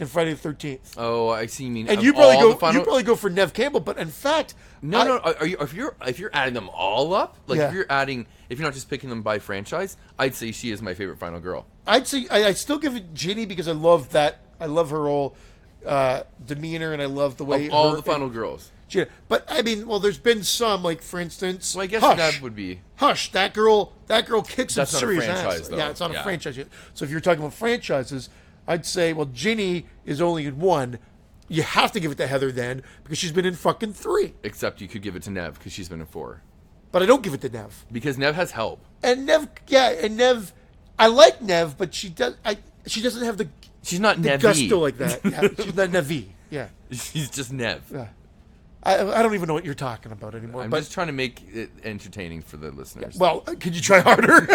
in Friday the Thirteenth.
Oh, I see. You mean
And
of
you probably
all
go
the final-
you probably go for Nev Campbell, but in fact,
No,
I-
no. Are are you if you're if you're adding them all up, like
Yeah.
if you're adding if you're not just picking them by franchise, I'd say she is my favorite final girl.
I'd say I, I still give it Ginny because I love that I love her whole uh, demeanor, and I love the way
Of all
her-
the final girls.
Gina- But I mean, well, there's been some like for instance,
Well, I guess
Hush.
that would be
Hush, that girl, that girl kicks
That's
some
not a
serious
franchise,
ass.
though.
Yeah, it's not a
Yeah.
franchise. yet. So if you're talking about franchises, I'd say, well, Ginny is only in one. You have to give it to Heather then because she's been in fucking three.
except you could give it to Nev because she's been in four.
But I don't give it to Nev.
Because Nev has help.
And Nev, yeah, and Nev, I like Nev, but she does. I she doesn't have the,
She's not
the
Nev.
gusto like that. Yeah, she's not Nevi. Yeah,
She's just Nev.
I, I don't even know what you're talking about anymore.
I'm
but
just trying to make it entertaining for the listeners.
well, uh, could you try harder?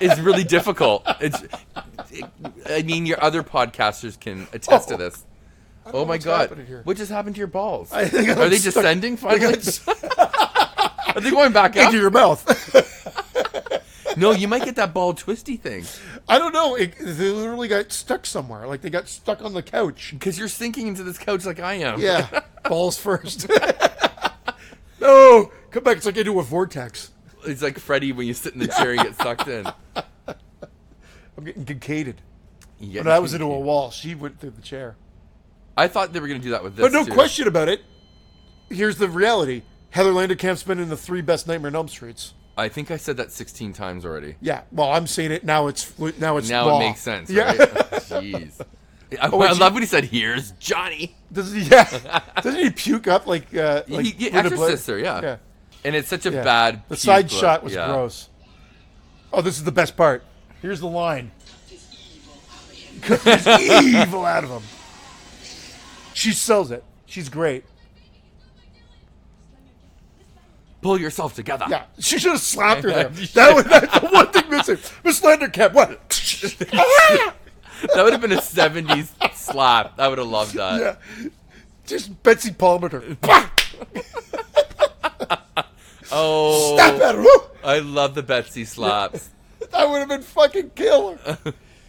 it's really difficult. It's. I mean, your other podcasters can attest to this. Oh my
what's
god!
happening here.
What just happened to your balls?
think I
Are
got
they
stuck-
descending
I
finally?
got
Are they going back
into
up?
your mouth.
no, you might get that ball twisty thing
I don't know. It, they literally got stuck somewhere. Like they got stuck on the couch.
because you're sinking into this couch like I am.
Yeah, balls first. no, come back. It's like into a vortex.
It's like Freddy when you sit in the chair and get sucked in.
I'm getting concaded.
You get-
When I was into a wall, she went through the chair.
I thought they were going to do that with this.
But no
too.
question about it. Here's the reality: Heather Landerkamp's been in the three best Nightmare on Elm Streets.
I think I said that 16 times already.
Yeah. Well, I'm saying it now. It's flu- now it's
Now
law.
it makes sense.
Yeah. Oh,
Right? Oh, Jeez. I,
wait,
I
you-
love when he said, "Here's Johnny,"
Doesn't he, yeah. Doesn't he puke up like uh, like
he, he
Linda Blair?
exorcist her, yeah.
Yeah.
and it's such a
Yeah.
bad.
The
puke
side
look,
shot was
yeah.
gross. Oh, this is the best part. Here's the line. evil out of him. She sells it. She's great.
Pull yourself together.
Yeah, she should have slapped her there. That was that's the one thing missing. Miss Landercap, what?
That would have been a 70s slap. I would have loved that.
yeah, just Betsy Palmer her.
Oh,
Stop at her. Woo!
I love the Betsy slaps.
That would have been fucking killer.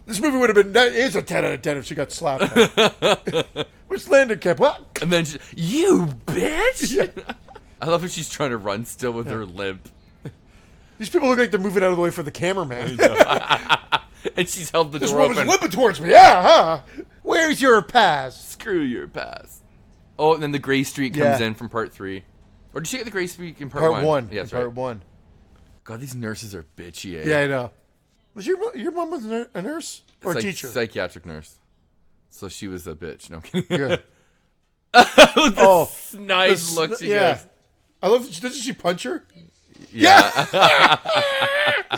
This movie would have been that is a ten out of ten if she got slapped. Miss Landercap, what?
And then she, you bitch.
Yeah.
I love when she's trying to run still with her limp.
These people look like they're moving out of the way for the cameraman.
And she's held the
This
door
woman's
open.
limping towards me. Yeah, huh? Where's your pass?
Screw your pass. Oh, and then the Gray Streak comes
Yeah.
in from part three. Or did she get the Gray Streak in part,
Part one.
Yeah, that's
part
right.
one.
God, these nurses are bitchy. Eh?
Yeah, I know. Was your mo- your mom was a nur- a nurse or a
Psych-
teacher?
Psychiatric nurse. So she was a bitch. No I'm kidding.
Good.
With the
Oh,
snide
The sn-
look she
yeah.
gives.
I love. Doesn't she punch her?
Yeah. Yeah.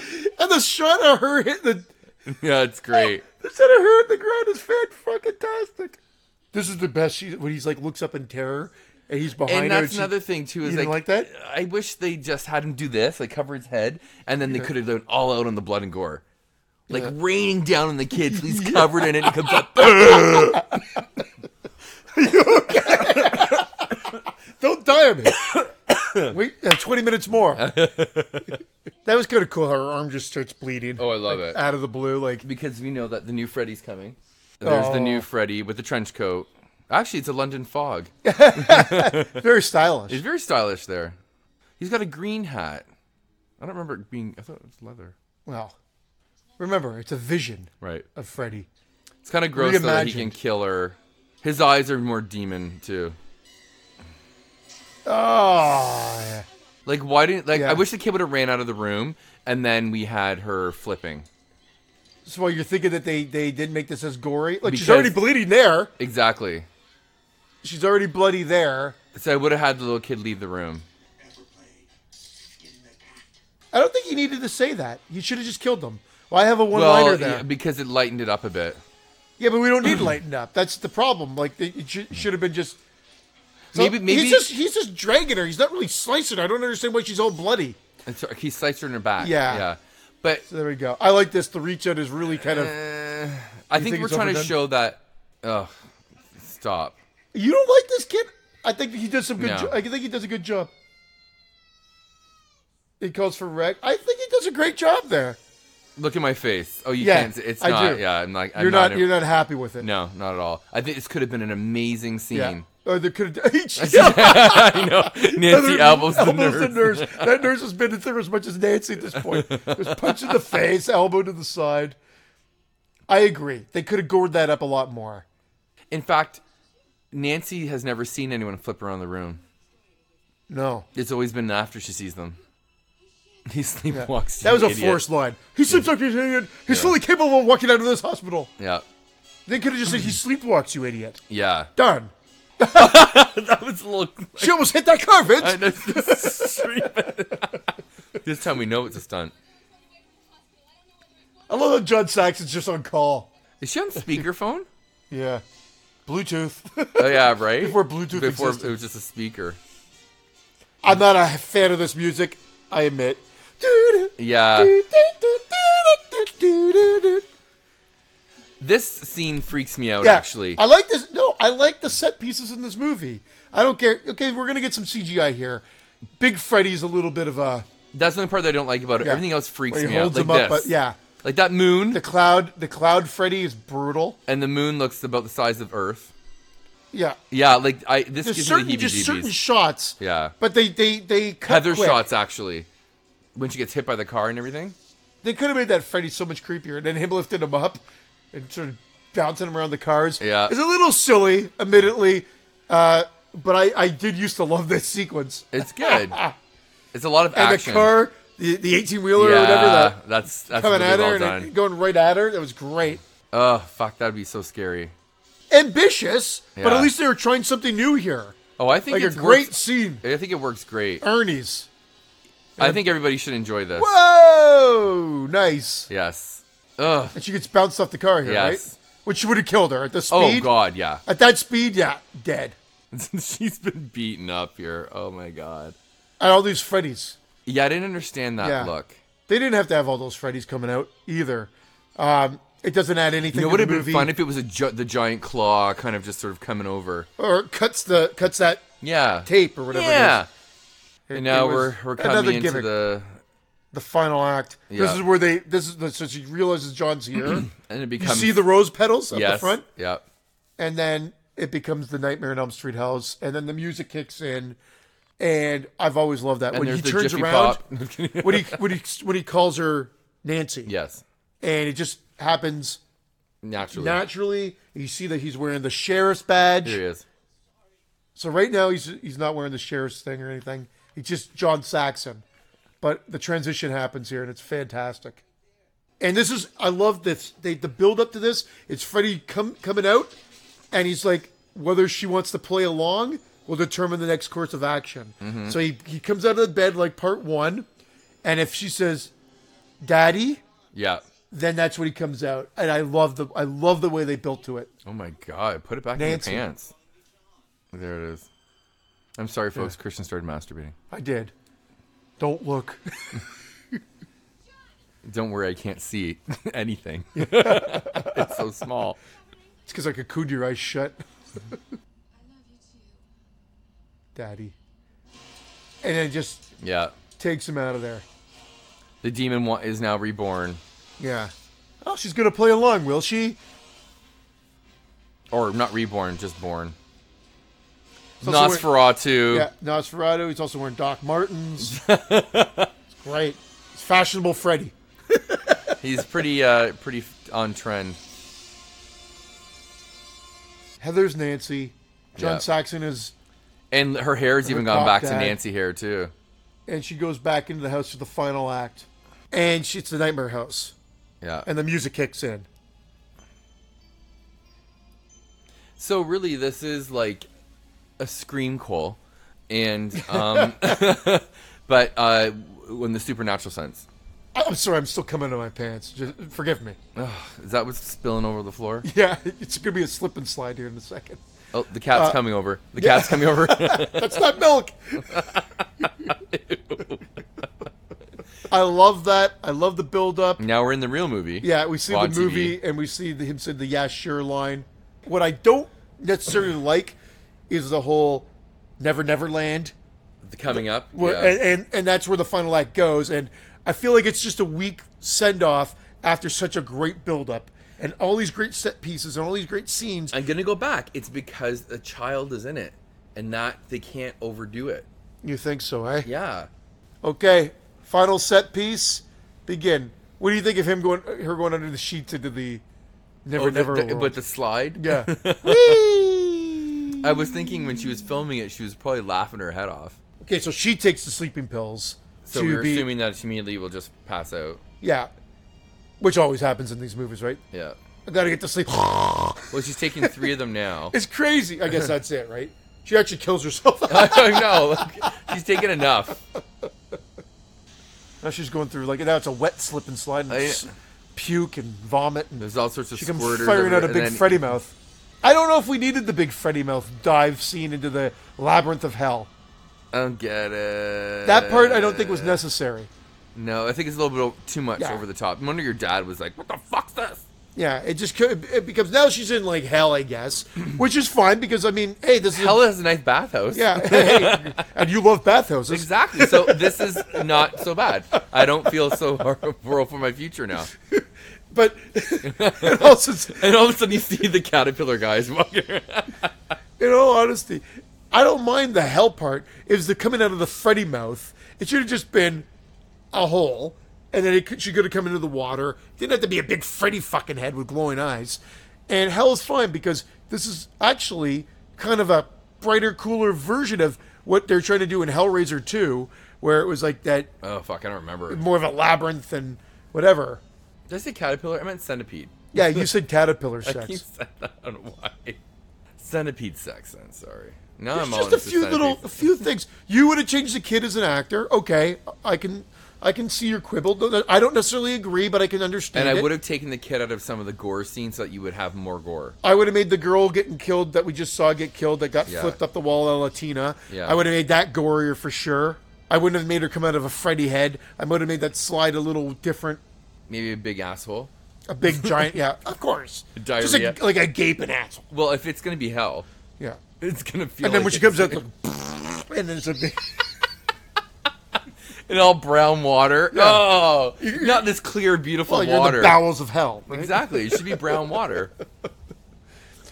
And the shot of her hitting the
it's great.
the shot of her in the ground is fan fucking tastic. This is the best. She when he's like looks up in terror and he's behind
And
her.
that's
she-
another thing too. Is
you didn't like that?
I wish they just had him do this, like cover his head, and then they could have done all out on the blood and gore, like raining down on the kids. He's covered in it. And he comes up.
Don't die on me. Wait, uh, twenty minutes more. that was kind of cool. How her arm just starts bleeding.
Oh, I love
like,
it.
Out of the blue, like
because we know that the new Freddy's coming. There's the
Oh.
new Freddy with the trench coat. Actually, it's a London fog.
very stylish.
It's very stylish there. He's got a green hat. I don't remember it being. I thought it was leather.
Well, remember, it's a vision
Right.
of Freddy.
It's kind of gross though, that he
Reimagined.
can kill her. His eyes are more demon too. Ah,
Oh, yeah.
Like why didn't like
Yeah.
I wish the kid would have ran out of the room and then we had her flipping.
so you're thinking that they they didn't make this as gory? Like she's
Because-
already bleeding there.
Exactly.
She's already bloody there.
So I would have had the little kid leave the room.
I don't think he needed to say that. He should have just killed them. Well, I have a one-liner
Well,
there.
yeah, because it lightened it up a bit.
Yeah, but we don't need lightened up. That's the problem. Like they, it should, should have been just. So
Maybe- maybe-
he's just he's just dragging her. He's not really slicing. her. I don't understand why she's all bloody.
And so he sliced her in her back.
Yeah.
Yeah. But
So there we go. I like this. The reach out is really kind of.
Uh. I think,
think
we're
it's
trying
overdone?
to show that. Ugh, stop.
You don't like this kid? I think he does some good.
No.
Jo- I think he does a good job. He calls for wreck. I think he does a great job there.
Look at my face. Oh, you
Yeah,
can't. It's
I
not.
do.
Yeah, I'm like. I'm
You're not.
in-
you're not happy with it.
No, not at all. I think this could have been an amazing scene.
Yeah. Or there could have.
I know. Nancy elbows the
elbows the
nurse.
nurse. That nurse has been in there as much as Nancy at this point. There's punch in the face, elbow to the side. I agree. They could have gored that up a lot more.
In fact, Nancy has never seen anyone flip around the room.
No,
It's always been after she sees them. He sleepwalks.
that
you
was a
idiot.
forced line. He sleeps like an idiot. He's fully capable of walking out of this hospital.
Yeah.
They could have just said he sleepwalks, you idiot.
Yeah.
Done.
That was a little.
She almost hit that carpet.
I know, it's stupid. this time we know it's a stunt.
I love that John Saxon's just on call.
Is she on speakerphone?
Yeah. Bluetooth.
Oh yeah, right.
Before Bluetooth
Before
existed.
it was just a speaker.
I'm not a fan of this music, I admit. Doo-doo.
Yeah.
Doo-doo-doo-doo-doo-doo-doo-doo.
This scene freaks me out
Yeah,
actually.
I like this. No, I like the set pieces in this movie. I don't care. Okay, we're gonna get some CGI here. Big Freddy's a little bit of a
That's the only part that I don't like about it. Everything else freaks
Where he
me
holds
out.
him
like
up,
this.
but yeah,
Like that moon,
the cloud, the cloud Freddy is brutal.
and the moon looks about the size of Earth.
Yeah,
Yeah, like I this
there's
gives
certain
me the
just certain
heebie-jeebies.
shots.
Yeah.
but they they they cut
Heather
quick.
shots actually, when she gets hit by the car and everything.
They could have made that Freddy so much creepier, and then him lifting him up and sort of bouncing him around the cars.
Yeah.
it's a little silly, admittedly, uh, but I I did used to love that sequence.
It's good. it's a lot of
And
action.
the car, the the eighteen wheeler
yeah,
or whatever that
that's that's
coming
really
at
well
her
done.
and it going right at her. That was great.
oh fuck, that'd be so scary.
Ambitious, but
Yeah.
at least they were trying something new here.
Oh, I think
Like a
it's
great
works-
scene.
I think it works great.
Ernie's.
I think everybody should enjoy this.
Whoa, nice.
Yes. Ugh.
And she gets bounced off the car here,
Yes.
right? Which would have killed her at the
Oh
speed.
god, yeah.
At that speed, yeah, dead.
She's been beaten up here. Oh my god.
And all these Freddies.
Yeah, I didn't understand that
Yeah.
look.
They didn't have to have all those Freddies coming out either. Um, it doesn't add anything
You know,
to
it would
the
have been
movie.
fun if it was a gi- the giant claw kind of just sort of coming over.
or it cuts the cuts that
Yeah.
tape or whatever it
yeah.
is. It-
And now
it was
we're we're
another
coming into
gimmick.
the
the final act. This
Yeah.
is where they this is the, so she realizes John's here.
and it
you
becomes
see the rose petals up
yes,
the front,
Yeah.
and then it becomes the Nightmare on Elm Street house, and then the music kicks in. And I've always loved that when
there's
he
the
turns
Jiffy
around,
Pop.
when he when he when he calls her Nancy,
Yes.
and it just happens
Naturally.
naturally. You see that he's wearing the sheriff's badge.
Here he is.
So right now he's he's not wearing the sheriff's thing or anything. He's just John Saxon. But the transition happens here and it's fantastic. And this is I love this they the build up to this. It's Freddy come coming out and he's like whether she wants to play along will determine the next course of action. So he, he comes out of the bed like part 1 and if she says daddy
Yeah.
then that's when he comes out and I love the I love the way they built to it.
Oh my god, put it back
Nancy.
in your pants. There it is. I'm sorry folks, Christian started masturbating.
I did. Don't look.
Don't worry, I can't see anything. it's so small.
It's because I cocooned your eyes shut. Daddy. And then just
Yeah.
takes him out of there.
The demon wa- is now reborn.
Yeah. Oh, she's going to play along, will she?
Or not reborn, just born.
He's also wearing-
Nosferatu.
Yeah, Nosferatu. He's also wearing Doc Martens. it's great. It's fashionable Freddy.
He's pretty uh pretty f- on trend.
Heather's Nancy. John
Yeah.
Saxon is.
And her hair's even
Her
gone
top
back to
dad.
Nancy hair too.
And she goes back into the house for the final act. And she, it's the Nightmare House.
Yeah.
And the music kicks in.
So really, this is like a scream call, and um, but uh, w- in the supernatural sense,
I- I'm sorry, I'm still coming to my pants. Just forgive me.
is that what's spilling over the floor?
Yeah, it's gonna be a slip and slide here in a second.
Oh,
Uh,
the cat's coming over. The cat's coming over.
That's not milk. I love that. I love the build up.
now we're in the real movie.
Yeah, we see
We're on
the
TV.
movie and we see the, him say the yeah sure line. What I don't necessarily like is the whole Never Never Land,
The coming up.
where,
yeah.
and, and and that's where the final act goes. And I feel like it's just a weak send off after such a great build up and all these great set pieces and all these great scenes.
I'm gonna go back. It's because the child is in it, and that they can't overdo it.
You think so, eh?
Yeah.
Okay, final set piece. Begin. What do you think of him going, her going under the sheets into the never,
Oh, the-
never?
the-
world?
but the slide.
yeah.
I was thinking when she was filming it, she was probably laughing her head off.
okay, so she takes the sleeping pills
So
to
we are
be
assuming that she immediately will just pass out.
yeah, which always happens in these movies, right?
Yeah.
I gotta get to sleep.
Well, she's taking three of them now.
it's crazy. I guess that's it, right? She actually kills herself.
I don't know. Like, she's taking enough.
now she's going through like now it's a wet slip and slide and
I-
s- puke and vomit and
There's all sorts of
She comes
squirters.
firing out a
everywhere, and
big
then-
Freddy mouth. I don't know if we needed the big Freddy mouth dive scene into the labyrinth of hell.
I don't get it.
That part I don't think
Uh.
was necessary.
No, I think it's a little bit o- too much
Yeah.
over the top. No wonder your dad was like, "What the fuck's this?"
Yeah, it just could, it becomes now she's in like hell, I guess, which is fine because I mean, hey, this is
Hell has a nice bathhouse.
yeah, hey, and you love bathhouses.
Exactly. So this is not so bad. I don't feel so horrible for my future now.
But it also,
And all of a sudden you see the caterpillar guys walking around.
in all honesty, I don't mind the hell part. Is the coming out of the Freddy mouth? It should have just been a hole, and then it could, she could have come into the water. Didn't have to be a big Freddy fucking head with glowing eyes. And hell is fine because this is actually kind of a brighter, cooler version of what they're trying to do in Hellraiser 2, where it was like that
Oh fuck, I don't remember.
more of a labyrinth and whatever.
Did I say caterpillar? I meant centipede.
Yeah, you said caterpillar
I keep
sex.
saying that. I don't know why. Centipede sex. Then sorry. No, I'm
It's just
all
a
into
few
centipede
little, a
sex.
few things. You would have changed the kid as an actor. Okay, I can, I can see your quibble. Though that- I don't necessarily agree, but I can understand.
And I
it.
would have taken the kid out of some of the gore scenes so that you would have more gore.
I would have made the girl getting killed that we just saw get killed that got
Yeah.
flipped up the wall, a Latina.
Yeah.
I would have made that gorier for sure. I wouldn't have made her come out of a Freddy head. I would have made that slide a little different,
Maybe a big asshole.
a big giant. yeah, of course. Just
Diarrhea.
a, like a gaping asshole.
Well, if it's gonna be hell,
Yeah.
it's gonna feel.
And then
like
when she
it's-
comes out, the- and then it's a big.
in all brown water. Oh, not this clear, beautiful
Well, you're in
water.
the bowels of hell. right?
exactly. It should be brown water.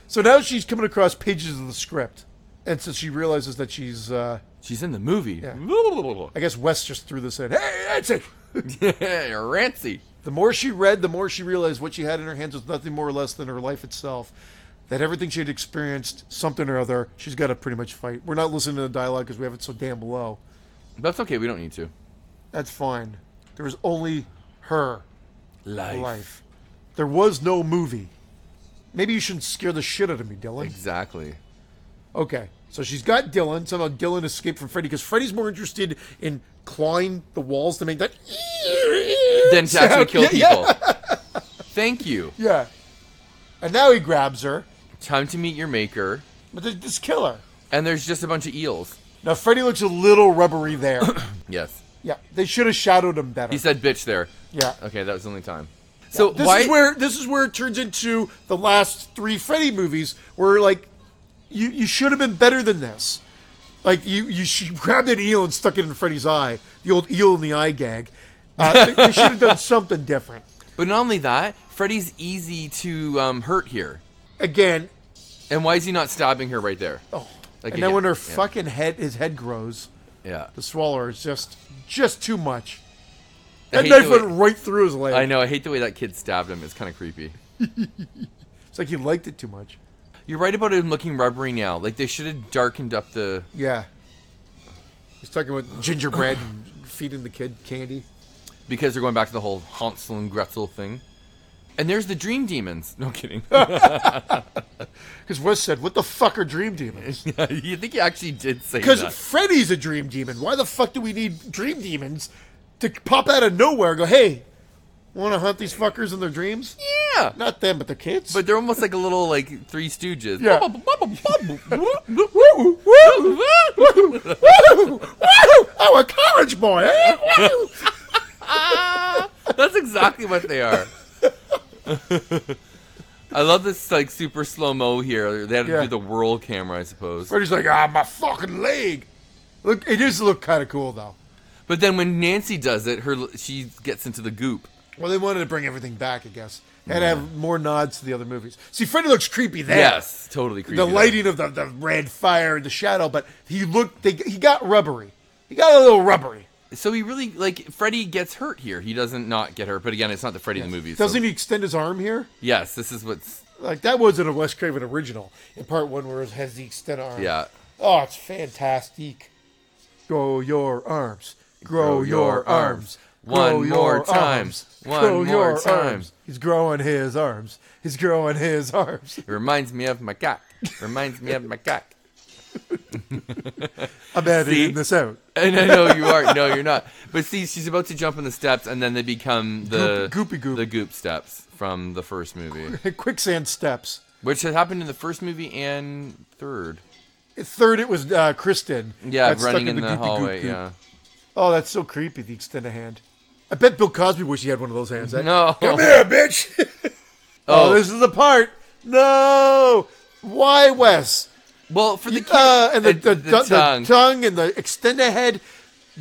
So now she's coming across pages of the script, and so she realizes that she's. Uh,
She's in the movie.
I guess Wes just threw this in. Hey, that's it.
Rancy.
The more she read, the more she realized what she had in her hands was nothing more or less than her life itself. That everything she had experienced, something or other, she's got to pretty much fight. We're not listening to the dialogue because we have it so damn low.
That's okay. We don't need to.
That's fine. There was only her
Life.
life. There was no movie. Maybe you shouldn't scare the shit out of me, Dylan.
Exactly.
Okay. So she's got Dylan. Somehow Dylan escaped from Freddy because Freddy's more interested in clawing the walls to make that.
Then to actually kill
Yeah,
people.
yeah.
Thank you.
Yeah. And now he grabs her,
Time to meet your maker.
but they just kill her.
And there's just a bunch of eels.
Now Freddy looks a little rubbery there.
Yes.
yeah. They should have shadowed him better.
He said bitch there.
yeah.
Okay, that was the only time. So
This
why
is where this is where it turns into the last three Freddy movies where like you you should have been better than this. Like you you she grabbed an eel and stuck it in Freddy's eye, the old eel in the eye gag. Uh, they, they should have done something different.
But not only that, Freddy's easy to um, hurt here.
Again,
And why is he not stabbing her right there?
oh,
Like
and then when her
again, yeah.
fucking head his head grows,
Yeah.
the swallower is just just too much.
I
That
hate
knife
the way-
went right through his leg.
I know. I hate the way that kid stabbed him. It's kind of creepy.
It's like he liked it too much.
You're right about him looking rubbery now. Like they should have darkened up the.
Yeah. He's talking about gingerbread and feeding the kid candy.
because they're going back to the whole Hansel and Gretel thing. And there's the dream demons. No kidding.
Because Wes said, "What the fuck are dream demons?"
you think he actually did say
Because
that?
Freddy's a dream demon. Why the fuck do we need dream demons to pop out of nowhere? and Go, hey, want to hunt these fuckers in their dreams?
yeah,
Not them, but the kids.
but they're almost like a little like Three Stooges.
Yeah. Oh, Woo! Oh, a college boy! eh? Woo!
That's exactly what they are. I love this like super slow mo here. They had to
Yeah.
do the whirl camera, I suppose.
Freddy's like, ah, my fucking leg. Look, it does look kind of cool though.
But then when Nancy does it, her she gets into the goop.
Well, they wanted to bring everything back, I guess, and have more nods to the other movies. See, Freddy looks creepy there.
Yes, totally creepy.
Eh. the lighting of the, the red fire and the shadow, but he looked they, he got rubbery. He got a little rubbery.
So he really like Freddy gets hurt here. He doesn't not get hurt, but again, it's not the Freddy in the movies.
Doesn't he extend his arm here?
Yes, this is what's
Like that wasn't a Wes Craven original in part one where it has the extended arm.
yeah.
Oh, it's fantastic. Grow your arms. Grow, your, arms.
One
Grow
more
your
time.
arms.
One
Grow
more
your
time.
arms. He's growing his arms. He's growing his arms.
It reminds me of my cock. Reminds me of my cock.
I'm editing
See?
this out.
And I know you are. No, you're not. But see, she's about to jump on the steps, and then they become the
Goop- goopy goop.
the goop steps from the first movie,
Quicksand steps.
which had happened in the first movie and third.
Third, it was uh, Kristen.
Yeah,
got stuck
running in the,
goopy goop
hallway.
goop.
yeah.
Oh, that's so creepy, the extended hand. I bet Bill Cosby wished he had one of those hands. eh?
No.
Come here, bitch. Oh, this is the part. No, why, Wes?
Well, for the kid,
Uh, and the,
and
the, the, the tongue.
tongue.
and the extend ahead,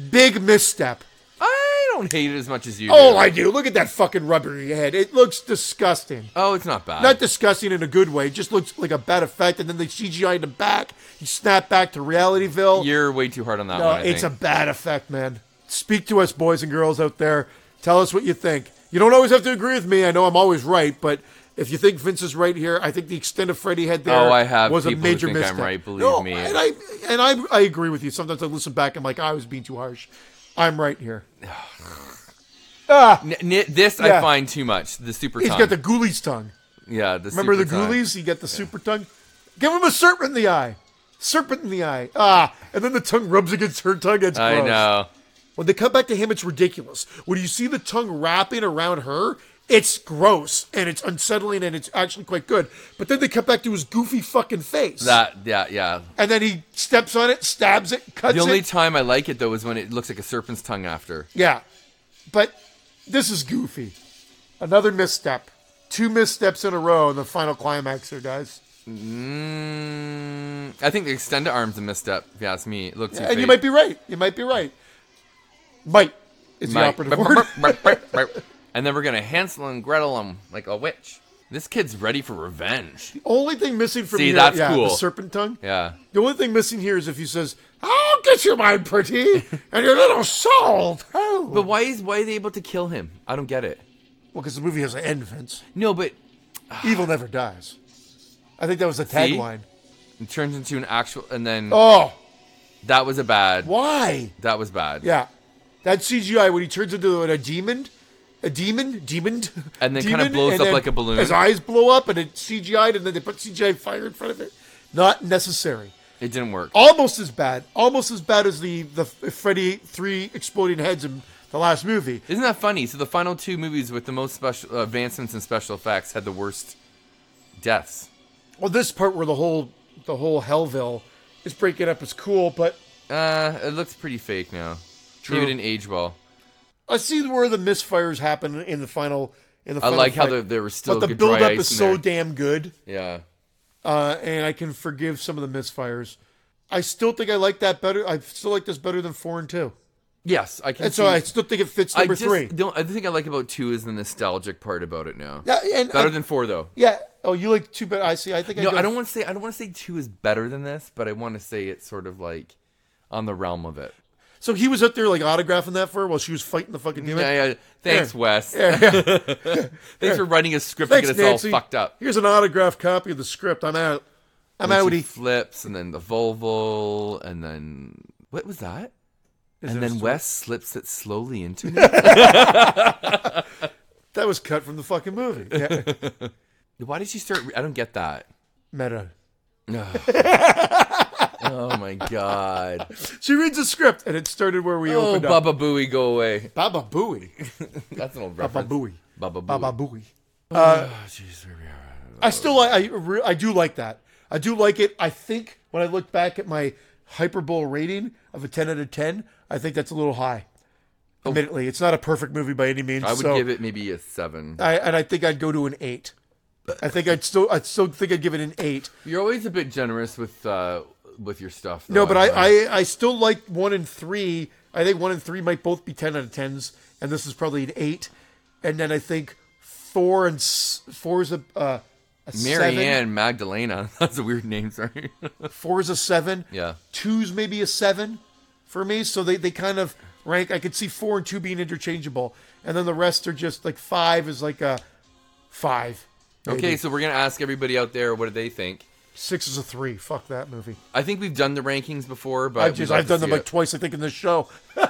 big misstep.
I don't hate it as much as you.
Oh,
do.
I do. Look at that fucking rubbery head. It looks disgusting.
oh, it's not bad.
Not disgusting in a good way. It just looks like a bad effect. And then the CGI in the back, you snap back to realityville.
You're way too hard on that
No,
one. I
it's a
think.
bad effect, man. Speak to us, boys and girls out there. Tell us what you think. You don't always have to agree with me. I know I'm always right, but if you think Vince is right here, I think the extent of Freddy had there
Oh, I have
was a
people who
major
think I'm
misstep.
right, believe
No,
me.
And I and I, I agree with you. Sometimes I listen back. I'm like, I was being too harsh. I'm right here. ah,
N- n- this I
Yeah.
find too much. The super
he's
tongue.
got the Ghoulies tongue.
yeah, the
Remember
super
the
tongue.
Ghoulies? He got the super tongue. Give him a serpent in the eye. Serpent in the eye. Ah, and then the tongue rubs against her tongue. That's
I
gross.
know.
When they cut back to him, it's ridiculous. When you see the tongue wrapping around her, it's gross and it's unsettling and it's actually quite good. But then they cut back to his goofy fucking face.
That yeah yeah.
and then he steps on it, stabs it, cuts
The only
it.
time I like it though is when it looks like a serpent's tongue after.
yeah. But this is goofy. Another misstep. Two missteps in a row in the final climax here, guys.
Mm, I think the extended arm's a misstep. If you ask me, it looks.
And you might be right. You might be right. Might is the operative word.
and then we're gonna Hansel and Gretel him like a witch. This kid's ready for revenge.
Only thing missing from
See,
here,
that's
yeah,
cool.
the serpent tongue.
Yeah.
The only thing missing here is if he says, "I'll get you, my pretty, and your little soul." too."
But why is why are they able to kill him? I don't get it.
Well, because the movie has an end, Vince.
No, but
Evil never dies. I think that was the tagline.
it turns into an actual, and then
Oh,
that was a bad.
why?
That was bad.
Yeah, that CGI when he turns into a demon, a demon, demon,
And then
demon,
kinda blows
and
up
then
like a balloon.
His eyes blow up, and it's CGI'd, and then they put CGI fire in front of it. Not necessary.
It didn't work.
almost as bad, almost as bad as the the Freddy three exploding heads in the last movie.
Isn't that funny? So the final two movies with the most special uh, advancements in special effects had the worst deaths.
Well, this part where the whole the whole Hellville is breaking up is cool, but
Uh, it looks pretty fake now. True. Maybe it didn't age well.
I see where the misfires happen in the final. In the
I
final
like how
fight.
there, there was still
but the
good
build
dry
up
ice
is
in
so
there.
damn good,
yeah.
uh, and I can forgive some of the misfires. I still think I like that better. I still like this better than four and two,
Yes, I can.
and
see,
so I still think it fits
I
number
just
three.
don't. I think I like about two is the nostalgic part about it now.
Yeah, and
Better
I-
than four though.
yeah. Oh, you like two better? I see. I think
No,
I, go
I don't want to say. I don't want to say two is better than this, but I want to say it's sort of like on the realm of it.
So he was up there like autographing that for her while she was fighting the fucking demon.
Yeah, yeah. Thanks, Wes. Thanks for writing a script
Thanks,
to get us
Nancy.
all fucked up.
Here's an autographed copy of the script. I'm out. E I'm
And she
outie.
flips, and then the Volvo, and then what was that? and
there a
then
story?
Wes slips it slowly into me.
That was cut from the fucking movie. Yeah.
Why did she start? Re- I don't get that.
Meta.
Oh my god.
She reads the script, and it started where we
Oh,
opened up.
Baba Booey, go away.
Baba Booey.
That's an old
Baba
reference.
Booey.
Baba Booey.
Baba Booey.
Oh, jeez.
I still like. I re- I do like that. I do like it. I think when I look back at my hyperbole rating of a ten out of ten, I think that's a little high. Admittedly, it's not a perfect movie by any means.
I would
so-
give it maybe a seven.
I, and I think I'd go to an eight. I think I'd still, I still think I'd give it an eight.
You're always a bit generous with uh, with your stuff.
No,
though,
but I,
find.
I, I still like one and three. I think one and three might both be ten out of tens, and this is probably an eight. And then I think four and s- four is a, uh, a
Mary
seven.
Ann Magdalena. That's a weird name, sorry.
Four is a seven.
Yeah.
Two's maybe a seven for me. So they, they kind of rank. I could see four and two being interchangeable, and then the rest are just like five is like a five. maybe.
okay, so we're gonna ask everybody out there what do they think.
Six is a three. Fuck that movie.
I think we've done the rankings before, but
I
we'd
just,
like
I've
to
done them
see
like twice, I think, in this show.
it.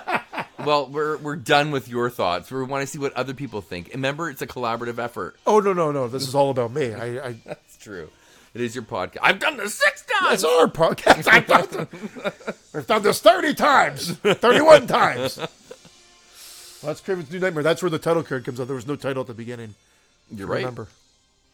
Well, we're we're done with your thoughts. We want to see what other people think. Remember, it's a collaborative effort.
Oh no, no, no! This is all about me. I, I
It's true. It is your podcast. I've done this six times.
that's our podcast. I've done, th- I've done this thirty times, thirty-one times. Well, that's Craven's New Nightmare. That's where the title card comes out. There was no title at the beginning.
You're right.
Remember.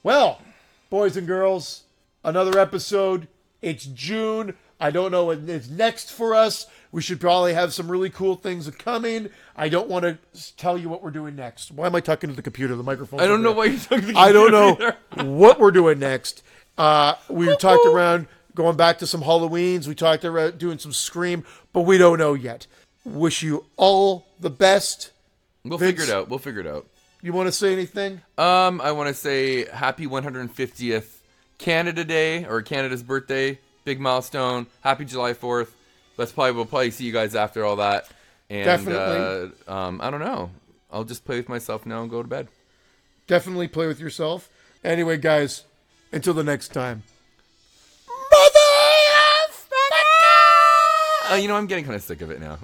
Well, boys and girls, another episode. It's June. I don't know what is next for us. We should probably have some really cool things coming. I don't want to tell you what we're doing next. Why am I talking to the computer? The microphone.
I don't know why you're talking. To the
I don't know
computer
what we're doing next. Uh, we talked around going back to some Halloweens. We talked about doing some Scream, but we don't know yet. Wish you all the best.
We'll figure it
Vince.
out. We'll figure it out.
You want to say anything?
Um, I want to say happy 150th Canada Day or Canada's birthday, big milestone. Happy July 4th. Let's probably we'll probably see you guys after all that. And,
Definitely.
Uh, um, I don't know. I'll just play with myself now and go to bed.
Definitely play with yourself. Anyway, guys, until the next time. Mother!
Uh, you know, I'm getting kind of sick of it now.